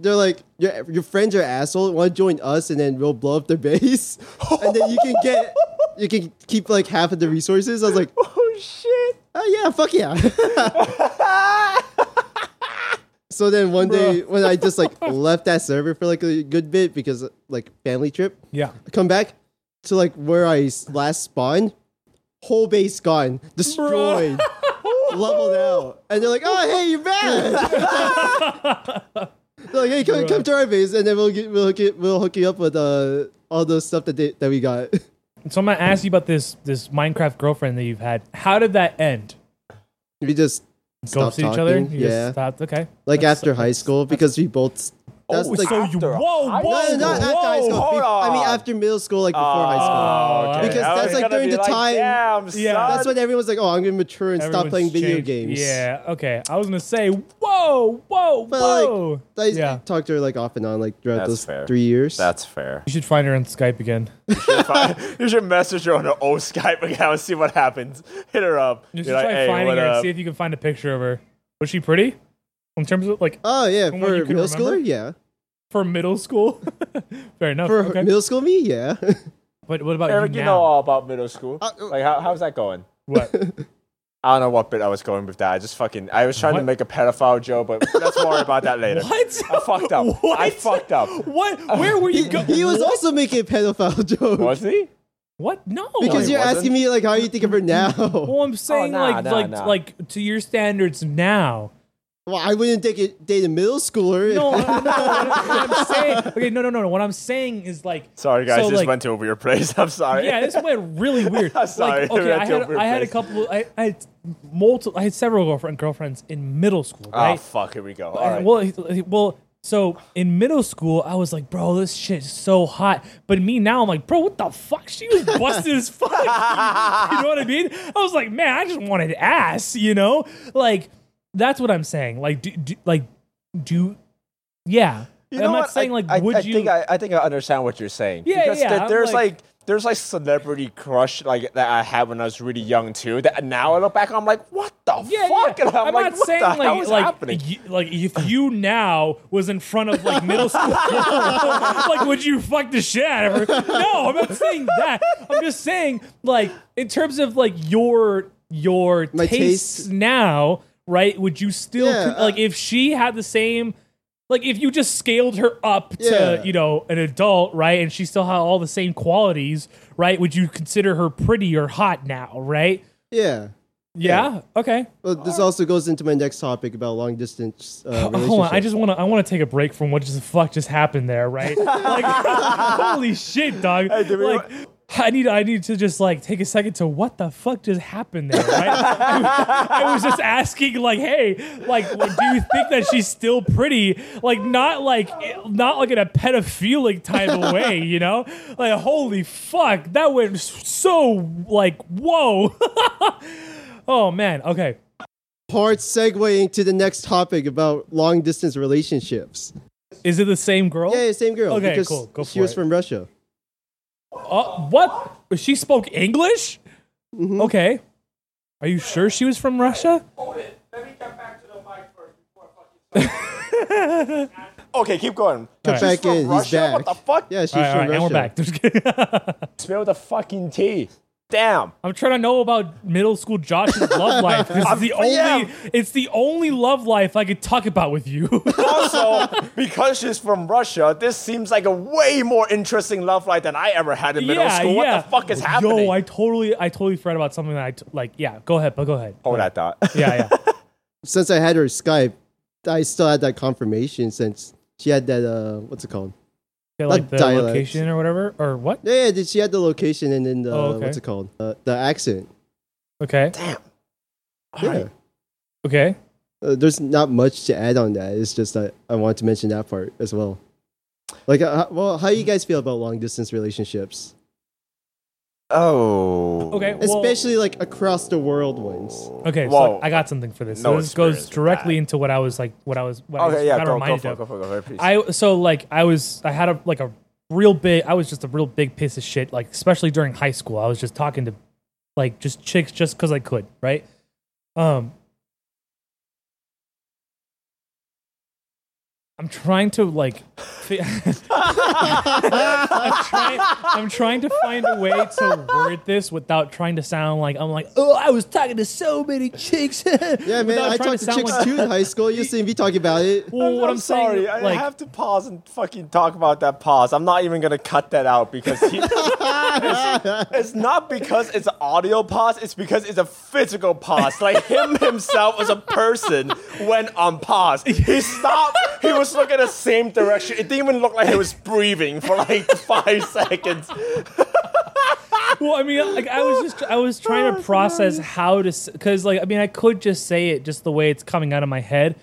Speaker 3: They're like, Your your friends are asshole, wanna join us and then we'll blow up their base. and then you can get you can keep like half of the resources. I was like,
Speaker 2: Oh, shit.
Speaker 3: Oh yeah, fuck yeah. so then one day when I just like left that server for like a good bit because like family trip,
Speaker 1: yeah.
Speaker 3: I come back to like where I s- last spawned, whole base gone, destroyed, leveled out, and they're like, oh hey, you're back. They're like, hey, come, come to our base, and then we'll get, we'll hook it, we'll hook you up with uh all the stuff that they, that we got.
Speaker 1: So I'm gonna ask you about this this Minecraft girlfriend that you've had. How did that end?
Speaker 3: we just
Speaker 1: Ghost
Speaker 3: stopped
Speaker 1: each other?
Speaker 3: talking.
Speaker 1: You
Speaker 3: yeah,
Speaker 1: just stopped. Okay.
Speaker 3: like
Speaker 1: That's-
Speaker 3: after high school because we both. That's
Speaker 2: Oh,
Speaker 3: like
Speaker 1: so you.
Speaker 2: After
Speaker 1: Whoa,
Speaker 2: high-
Speaker 1: whoa,
Speaker 3: no, no, not after high school.
Speaker 2: hold
Speaker 3: Be- I mean
Speaker 2: on.
Speaker 3: after middle school, like before high school.
Speaker 2: Oh, okay.
Speaker 3: Because
Speaker 2: I
Speaker 3: that's
Speaker 2: was
Speaker 3: like
Speaker 2: gonna
Speaker 3: during
Speaker 2: be
Speaker 3: the time-
Speaker 2: Damn,
Speaker 1: Yeah.
Speaker 2: son.
Speaker 3: That's when everyone's like, "Oh, I'm gonna mature and stop
Speaker 1: Everyone's
Speaker 3: playing video
Speaker 1: changed.
Speaker 3: games."
Speaker 1: Yeah. Okay. I was gonna say. Whoa, whoa,
Speaker 3: But
Speaker 1: whoa.
Speaker 3: like, I
Speaker 1: yeah.
Speaker 3: talked to her like off and on like throughout
Speaker 2: That's
Speaker 3: those
Speaker 2: fair.
Speaker 3: three years.
Speaker 2: That's fair.
Speaker 1: You should find her on Skype again.
Speaker 2: you should message her on an old Skype account and see what happens. Hit her up.
Speaker 1: You
Speaker 2: Be
Speaker 1: should
Speaker 2: like,
Speaker 1: try
Speaker 2: "Hey,
Speaker 1: finding
Speaker 2: what
Speaker 1: her and
Speaker 2: up?"
Speaker 1: see if you can find a picture of her. Was she pretty? In terms of like
Speaker 3: oh yeah,
Speaker 1: From
Speaker 3: for
Speaker 1: what you
Speaker 3: middle
Speaker 1: can remember?
Speaker 3: schooler, yeah.
Speaker 1: for middle school. Fair enough.
Speaker 3: For
Speaker 1: okay.
Speaker 3: middle school me, yeah.
Speaker 1: but what about
Speaker 2: Eric,
Speaker 1: you
Speaker 2: you
Speaker 1: now?
Speaker 2: know all about middle school.
Speaker 3: Uh, uh,
Speaker 2: like, how, how's that going?
Speaker 1: What?
Speaker 2: I don't know what bit I was going with that. I just fucking, I was trying
Speaker 1: What?
Speaker 2: to make a pedophile joke, but let's worry about that later.
Speaker 1: What?
Speaker 2: I fucked up.
Speaker 1: What?
Speaker 2: I fucked up.
Speaker 1: What? Where were you
Speaker 3: he,
Speaker 1: going?
Speaker 3: he was also making a pedophile joke
Speaker 2: Was he?
Speaker 1: What? No.
Speaker 3: because
Speaker 2: he
Speaker 3: you're
Speaker 2: wasn't.
Speaker 3: asking me like, "How you think of her now?" well,
Speaker 1: Well, I'm saying
Speaker 2: nah,
Speaker 1: like
Speaker 2: nah,
Speaker 1: like
Speaker 2: nah.
Speaker 1: like to your standards now.
Speaker 3: I wouldn't take it date a middle schooler.
Speaker 1: No,
Speaker 3: if-
Speaker 1: I- no. What I'm saying. Okay, no, no, no, no. What I'm saying is like.
Speaker 2: Sorry, guys.
Speaker 1: so,
Speaker 2: this
Speaker 1: like,
Speaker 2: went to over your place. I'm sorry.
Speaker 1: Yeah, this went really weird.
Speaker 2: I'm sorry,
Speaker 1: Like, okay,
Speaker 2: we're
Speaker 1: I had,
Speaker 2: over
Speaker 1: I had a
Speaker 2: place.
Speaker 1: couple. I, I had multiple. I had several girlfriend girlfriends in middle school.
Speaker 2: Oh,
Speaker 1: Right.
Speaker 2: fuck. Here we go. All right.
Speaker 1: Well, he- he- well, so in middle school, I was like, bro, this shit's so hot. But me now, I'm like, bro, what the fuck? She was busted as fuck. you know what I mean? I was like, man, I just wanted ass. You know, like that's what I'm saying. Like, do, do, like, do, yeah.
Speaker 2: know
Speaker 1: I'm not
Speaker 2: what?
Speaker 1: saying
Speaker 2: I-
Speaker 1: like,
Speaker 2: I,
Speaker 1: would
Speaker 2: I
Speaker 1: you?
Speaker 2: Think I, I think I understand what you're saying.
Speaker 1: Yeah,
Speaker 2: because
Speaker 1: yeah,
Speaker 2: there-
Speaker 1: I'm
Speaker 2: there's
Speaker 1: like-
Speaker 2: like, there's like celebrity crush like that I had when I was really young too. That now I look back, I'm like, what the
Speaker 1: yeah,
Speaker 2: fuck?
Speaker 1: yeah.
Speaker 2: And I'm, like,
Speaker 1: not
Speaker 2: what
Speaker 1: saying
Speaker 2: the
Speaker 1: like
Speaker 2: hell is
Speaker 1: like
Speaker 2: happening?
Speaker 1: y- like if you now was in front of like middle school, like would you fuck the shit out of her? No, I'm not saying that. I'm just saying like in terms of like your your
Speaker 3: My
Speaker 1: tastes
Speaker 3: taste-
Speaker 1: now, right? Would you still
Speaker 3: Yeah,
Speaker 1: con- like
Speaker 3: uh,
Speaker 1: if she had the same? Like if you just scaled her up to
Speaker 3: Yeah.
Speaker 1: you know an adult, right, and she still had all the same qualities, right? Would you consider her pretty or hot now, right?
Speaker 3: yeah.
Speaker 1: Yeah. Okay.
Speaker 3: Well, this also goes into my next topic about long distance uh,
Speaker 1: Oh,
Speaker 3: relationships.
Speaker 1: Hold on, I just want to. I want to take a break from what just the fuck just happened there, right? like, holy shit, dog!
Speaker 2: did we-
Speaker 1: like, I need. I need to just like take a second to what the fuck just happened there, right? I, I was just asking, like, hey, like, what- do you think that she's still pretty? Like, not like, not like in a pedophilic type of way, you know? Like, holy fuck, that went so like, whoa. Oh man. Okay.
Speaker 3: Hard segueing to the next topic about long distance relationships.
Speaker 1: Is it the same girl?
Speaker 3: Yeah, yeah, same girl.
Speaker 1: Okay,
Speaker 3: because
Speaker 1: cool. Go
Speaker 3: she
Speaker 1: for
Speaker 3: was
Speaker 1: it.
Speaker 3: from Russia.
Speaker 1: Uh, what? She spoke English? Okay. Are you sure she was from Russia?
Speaker 2: Okay, keep going.
Speaker 3: Come
Speaker 1: Alright.
Speaker 3: back
Speaker 2: From
Speaker 3: in. He's
Speaker 2: Russia?
Speaker 3: back.
Speaker 2: What the fuck?
Speaker 3: Yeah, she's
Speaker 1: All right, all
Speaker 3: from
Speaker 1: right, and we're
Speaker 3: Russia.
Speaker 1: back. Just kidding.
Speaker 2: Smell the fucking tea. Damn.
Speaker 1: I'm trying to know about middle school Josh's love life. This is the only.
Speaker 2: yeah.
Speaker 1: It's the only love life I could talk about with you.
Speaker 2: Also, because she's from Russia, this seems like a way more interesting love life than I ever had in middle
Speaker 1: yeah,
Speaker 2: school.
Speaker 1: yeah.
Speaker 2: What the fuck is happening?
Speaker 1: Yo, I totally, I totally forgot about something that I t- like. Yeah, go ahead, but go ahead.
Speaker 2: Hold that thought.
Speaker 1: Yeah, yeah.
Speaker 3: Since I had her Skype, I still had that confirmation since she had that, uh, what's it called?
Speaker 1: Yeah, like the
Speaker 3: dialect.
Speaker 1: location or whatever or what?
Speaker 3: Yeah, yeah, did- she had the location and then the,
Speaker 1: Oh, okay.
Speaker 3: what's it called? Uh, the accent.
Speaker 1: Okay.
Speaker 2: Damn.
Speaker 3: Yeah.
Speaker 1: Alright. Okay.
Speaker 3: Uh, there's not much to add on that. It's just that I wanted to mention that part as well. Like, uh, h- well, how you guys feel about long distance relationships,
Speaker 2: Oh.
Speaker 1: Okay. Well,
Speaker 3: especially like across the world ones?
Speaker 1: Okay,
Speaker 2: Whoa.
Speaker 1: so I got something for this.
Speaker 2: No
Speaker 1: so this goes
Speaker 2: experience with
Speaker 1: directly
Speaker 2: that.
Speaker 1: into what I was like, what I was, what I was
Speaker 2: Okay, yeah,
Speaker 1: kinda
Speaker 2: go, go,
Speaker 1: reminded
Speaker 2: for it,
Speaker 1: of.
Speaker 2: go for it, go for it, please.
Speaker 1: I so like I was I had a like a real big I was just a real big piece of shit like especially during high school I was just talking to like just chicks just because I could right um I'm trying to like fi- I'm, trying, I'm trying to find a way to word this without trying to sound like I'm like oh I was talking to so many chicks
Speaker 3: Yeah, man, I talked to, chicks too in high school. You see me talk about it.
Speaker 1: well, what I'm,
Speaker 2: sorry.
Speaker 1: saying,
Speaker 2: I
Speaker 1: like,
Speaker 2: have to pause and fucking talk about that pause. I'm not even gonna cut that out because he, it's, it's not because it's an audio pause. It's because it's a physical pause. Like him himself as a person went on pause. He stopped. He was looking the same direction. It didn't even look like he was breathing for like five seconds.
Speaker 1: well, I mean, like I was just I was trying to process how to because like I mean I could just say it just the way it's coming out of my head,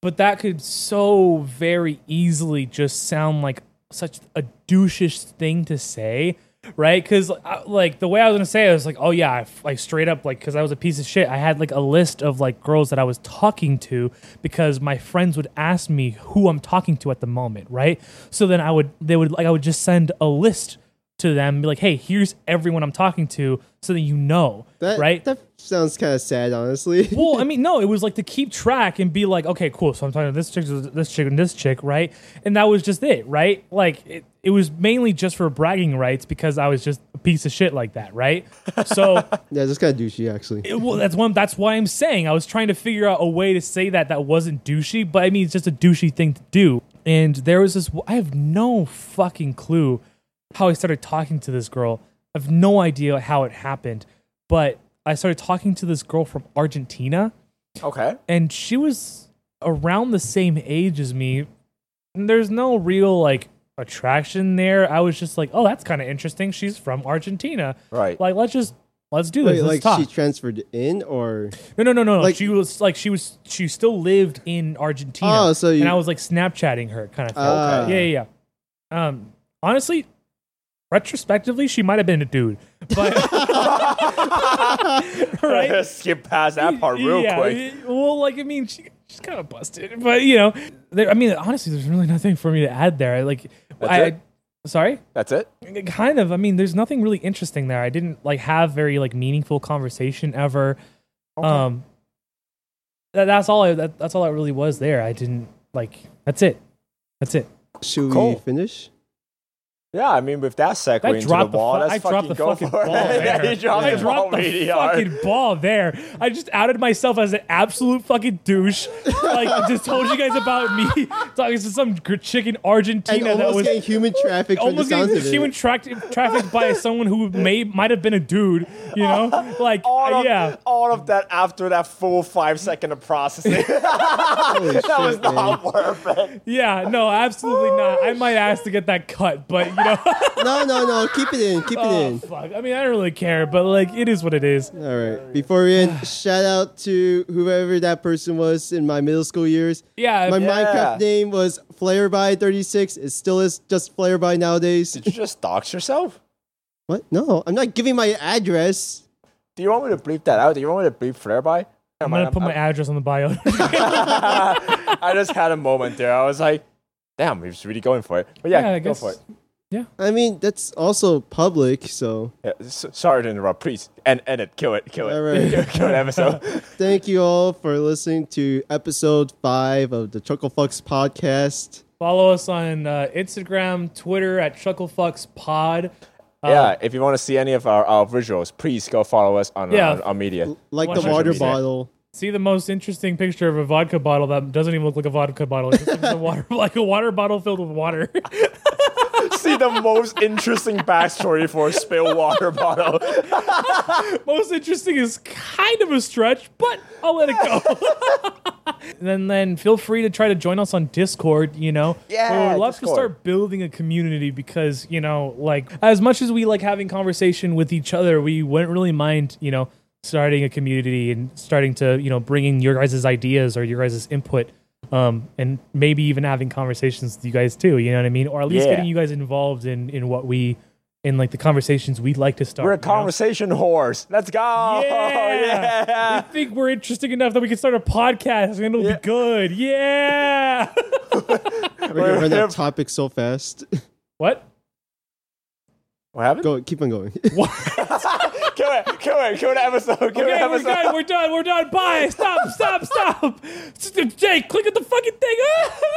Speaker 1: but that could so very easily just sound like such a douchish thing to say, right? Because like the way I was gonna say it I was like, oh yeah, I f- like straight up like because I was a piece of shit. I had like a list of like girls that I was talking to because my friends would ask me who I'm talking to at the moment, right? So then I would they would like I would just send a list to them, be like, "Hey, here's everyone I'm talking to, so that you know."
Speaker 3: That,
Speaker 1: right?
Speaker 3: That sounds kind of sad, honestly.
Speaker 1: well, I mean, no, it was like to keep track and be like, "Okay, cool." So I'm talking to this chick, this chick, and this chick, right? And that was just it, right? Like it, it was mainly just for bragging rights because I was just a piece of shit like that, right? So.
Speaker 3: yeah, that's kind of douchey, actually.
Speaker 1: It- well, that's one. That's why I'm saying I was trying to figure out a way to say that that wasn't douchey, but I mean it's just a douchey thing to do. And there was this. I have no fucking clue how I started talking to this girl. I have no idea how it happened, but I started talking to this girl from Argentina,
Speaker 2: Okay.
Speaker 1: and she was around the same age as me. And there's no real like attraction there. I was just like, oh, that's kind of interesting. She's from Argentina,
Speaker 2: Right.
Speaker 1: Like, let's just. Let's do this.
Speaker 3: Wait,
Speaker 1: Let's
Speaker 3: like
Speaker 1: talk.
Speaker 3: she transferred in, or
Speaker 1: No, no, no, no.
Speaker 3: Like-
Speaker 1: she was like she was she still lived in Argentina.
Speaker 3: Oh, so you-
Speaker 1: and I was like Snapchatting her kind of thing.
Speaker 3: Ah.
Speaker 1: yeah, yeah, yeah. Um, honestly, retrospectively, she might have been a dude, but right.
Speaker 2: Skip past that part real
Speaker 1: yeah,
Speaker 2: quick.
Speaker 1: it- Well, like I mean, she she's kind of busted, but you know, there, I mean, honestly, there's really nothing for me to add there. I, Like,
Speaker 2: That's
Speaker 1: I,
Speaker 2: it?
Speaker 1: sorry,
Speaker 2: That's it.
Speaker 1: kind of. I mean, there's nothing really interesting there. I didn't like have very like meaningful conversation ever. Um, that, that's all. I, that, that's all that really was there. I didn't like. That's it. That's it.
Speaker 3: should
Speaker 2: Cool.
Speaker 3: we finish?
Speaker 2: Yeah, I mean, with that segue
Speaker 1: I
Speaker 2: into the
Speaker 1: dropped the,
Speaker 2: wall,
Speaker 1: fu-
Speaker 2: let's
Speaker 1: I dropped
Speaker 2: fucking
Speaker 1: the
Speaker 2: go
Speaker 1: fucking
Speaker 2: for
Speaker 1: ball
Speaker 2: it.
Speaker 1: there.
Speaker 2: yeah, you dropped
Speaker 1: I
Speaker 2: the
Speaker 1: dropped
Speaker 2: ball
Speaker 1: the
Speaker 2: really hard.
Speaker 1: fucking ball there. I just outed myself as an absolute fucking douche. Like I just told you guys about me talking to some gr- chick in
Speaker 3: And
Speaker 1: Argentina that
Speaker 3: almost
Speaker 1: was
Speaker 3: getting human traffic. from the
Speaker 1: almost
Speaker 3: sounds
Speaker 1: getting
Speaker 3: of it.
Speaker 1: human tra- trafficked by someone who may might have been a dude. You know, like
Speaker 2: all of,
Speaker 1: yeah.
Speaker 2: all of that after that full five second of processing.
Speaker 3: Holy
Speaker 2: that was
Speaker 3: shit, man.
Speaker 2: not worth it.
Speaker 1: Yeah, no, absolutely not. I might ask to get that cut, but you know,
Speaker 3: No, no, no. Keep it in. Keep it
Speaker 1: oh,
Speaker 3: in.
Speaker 1: fuck. I mean, I don't really care, but like, it is what it is.
Speaker 3: All right. Before we end, shout out to whoever that person was in my middle school years.
Speaker 1: Yeah,
Speaker 3: My
Speaker 1: if-
Speaker 3: Minecraft name was Flareby36. It still is just Flareby nowadays.
Speaker 2: Did you just dox yourself?
Speaker 3: What? No, I'm not giving my address.
Speaker 2: Do you want me to bleep that out? Do you want me to bleep Flair by?
Speaker 1: I'm gonna put my address on the bio.
Speaker 2: I just had a moment there. I was like, damn, he was really going for it. But yeah,
Speaker 1: Yeah, I
Speaker 2: go for
Speaker 1: guess-
Speaker 2: it.
Speaker 3: I mean, that's also public, so
Speaker 2: Yeah, s sorry to interrupt. Please end, end it. Kill it. Kill it.
Speaker 3: All right.
Speaker 2: kill, kill an episode.
Speaker 3: thank you all for listening to episode five of the Chuckle Fucks podcast.
Speaker 1: Follow us on uh, Instagram, Twitter at ChuckleFucksPod. Uh,
Speaker 2: yeah, if you want to see any of our, our visuals, please go follow us on
Speaker 1: Yeah.
Speaker 2: on, on media.
Speaker 3: Like the
Speaker 1: 100%.
Speaker 3: water bottle.
Speaker 1: See the most interesting picture of a vodka bottle that doesn't even look like a vodka bottle. It just looks like a water, like a water bottle filled with water.
Speaker 2: see the most interesting backstory for a spilled water bottle.
Speaker 1: most interesting is kind of a stretch, but I'll let it go. then, then feel free to try to join us on Discord. You know,
Speaker 2: Yeah,
Speaker 1: we would love
Speaker 2: Discord.
Speaker 1: to start building a community because you know, like as much as we like having conversation with each other, we wouldn't really mind, you know, starting a community and starting to you know bringing your guys' ideas or your guys' input. Um, and maybe even having conversations with you guys too, you know what I mean? Or at least
Speaker 2: Yeah.
Speaker 1: getting you guys involved in in what we in like the conversations we'd like to start.
Speaker 2: We're a
Speaker 1: you know?
Speaker 2: conversation horse. Let's go.
Speaker 1: Yeah.
Speaker 2: Yeah.
Speaker 1: I think we're interesting enough that we can start a podcast and it'll be good. Yeah.
Speaker 3: We're gonna run
Speaker 2: Whatever.
Speaker 3: out of topics so fast.
Speaker 1: what?
Speaker 2: What happened?
Speaker 3: Go, keep on going.
Speaker 2: Kill it. Kill it. Kill the episode. Kill the
Speaker 1: Okay, we're
Speaker 2: episode.
Speaker 1: done. We're done. We're done. Bye. Stop. Stop. Stop. Jake, click at the fucking thing.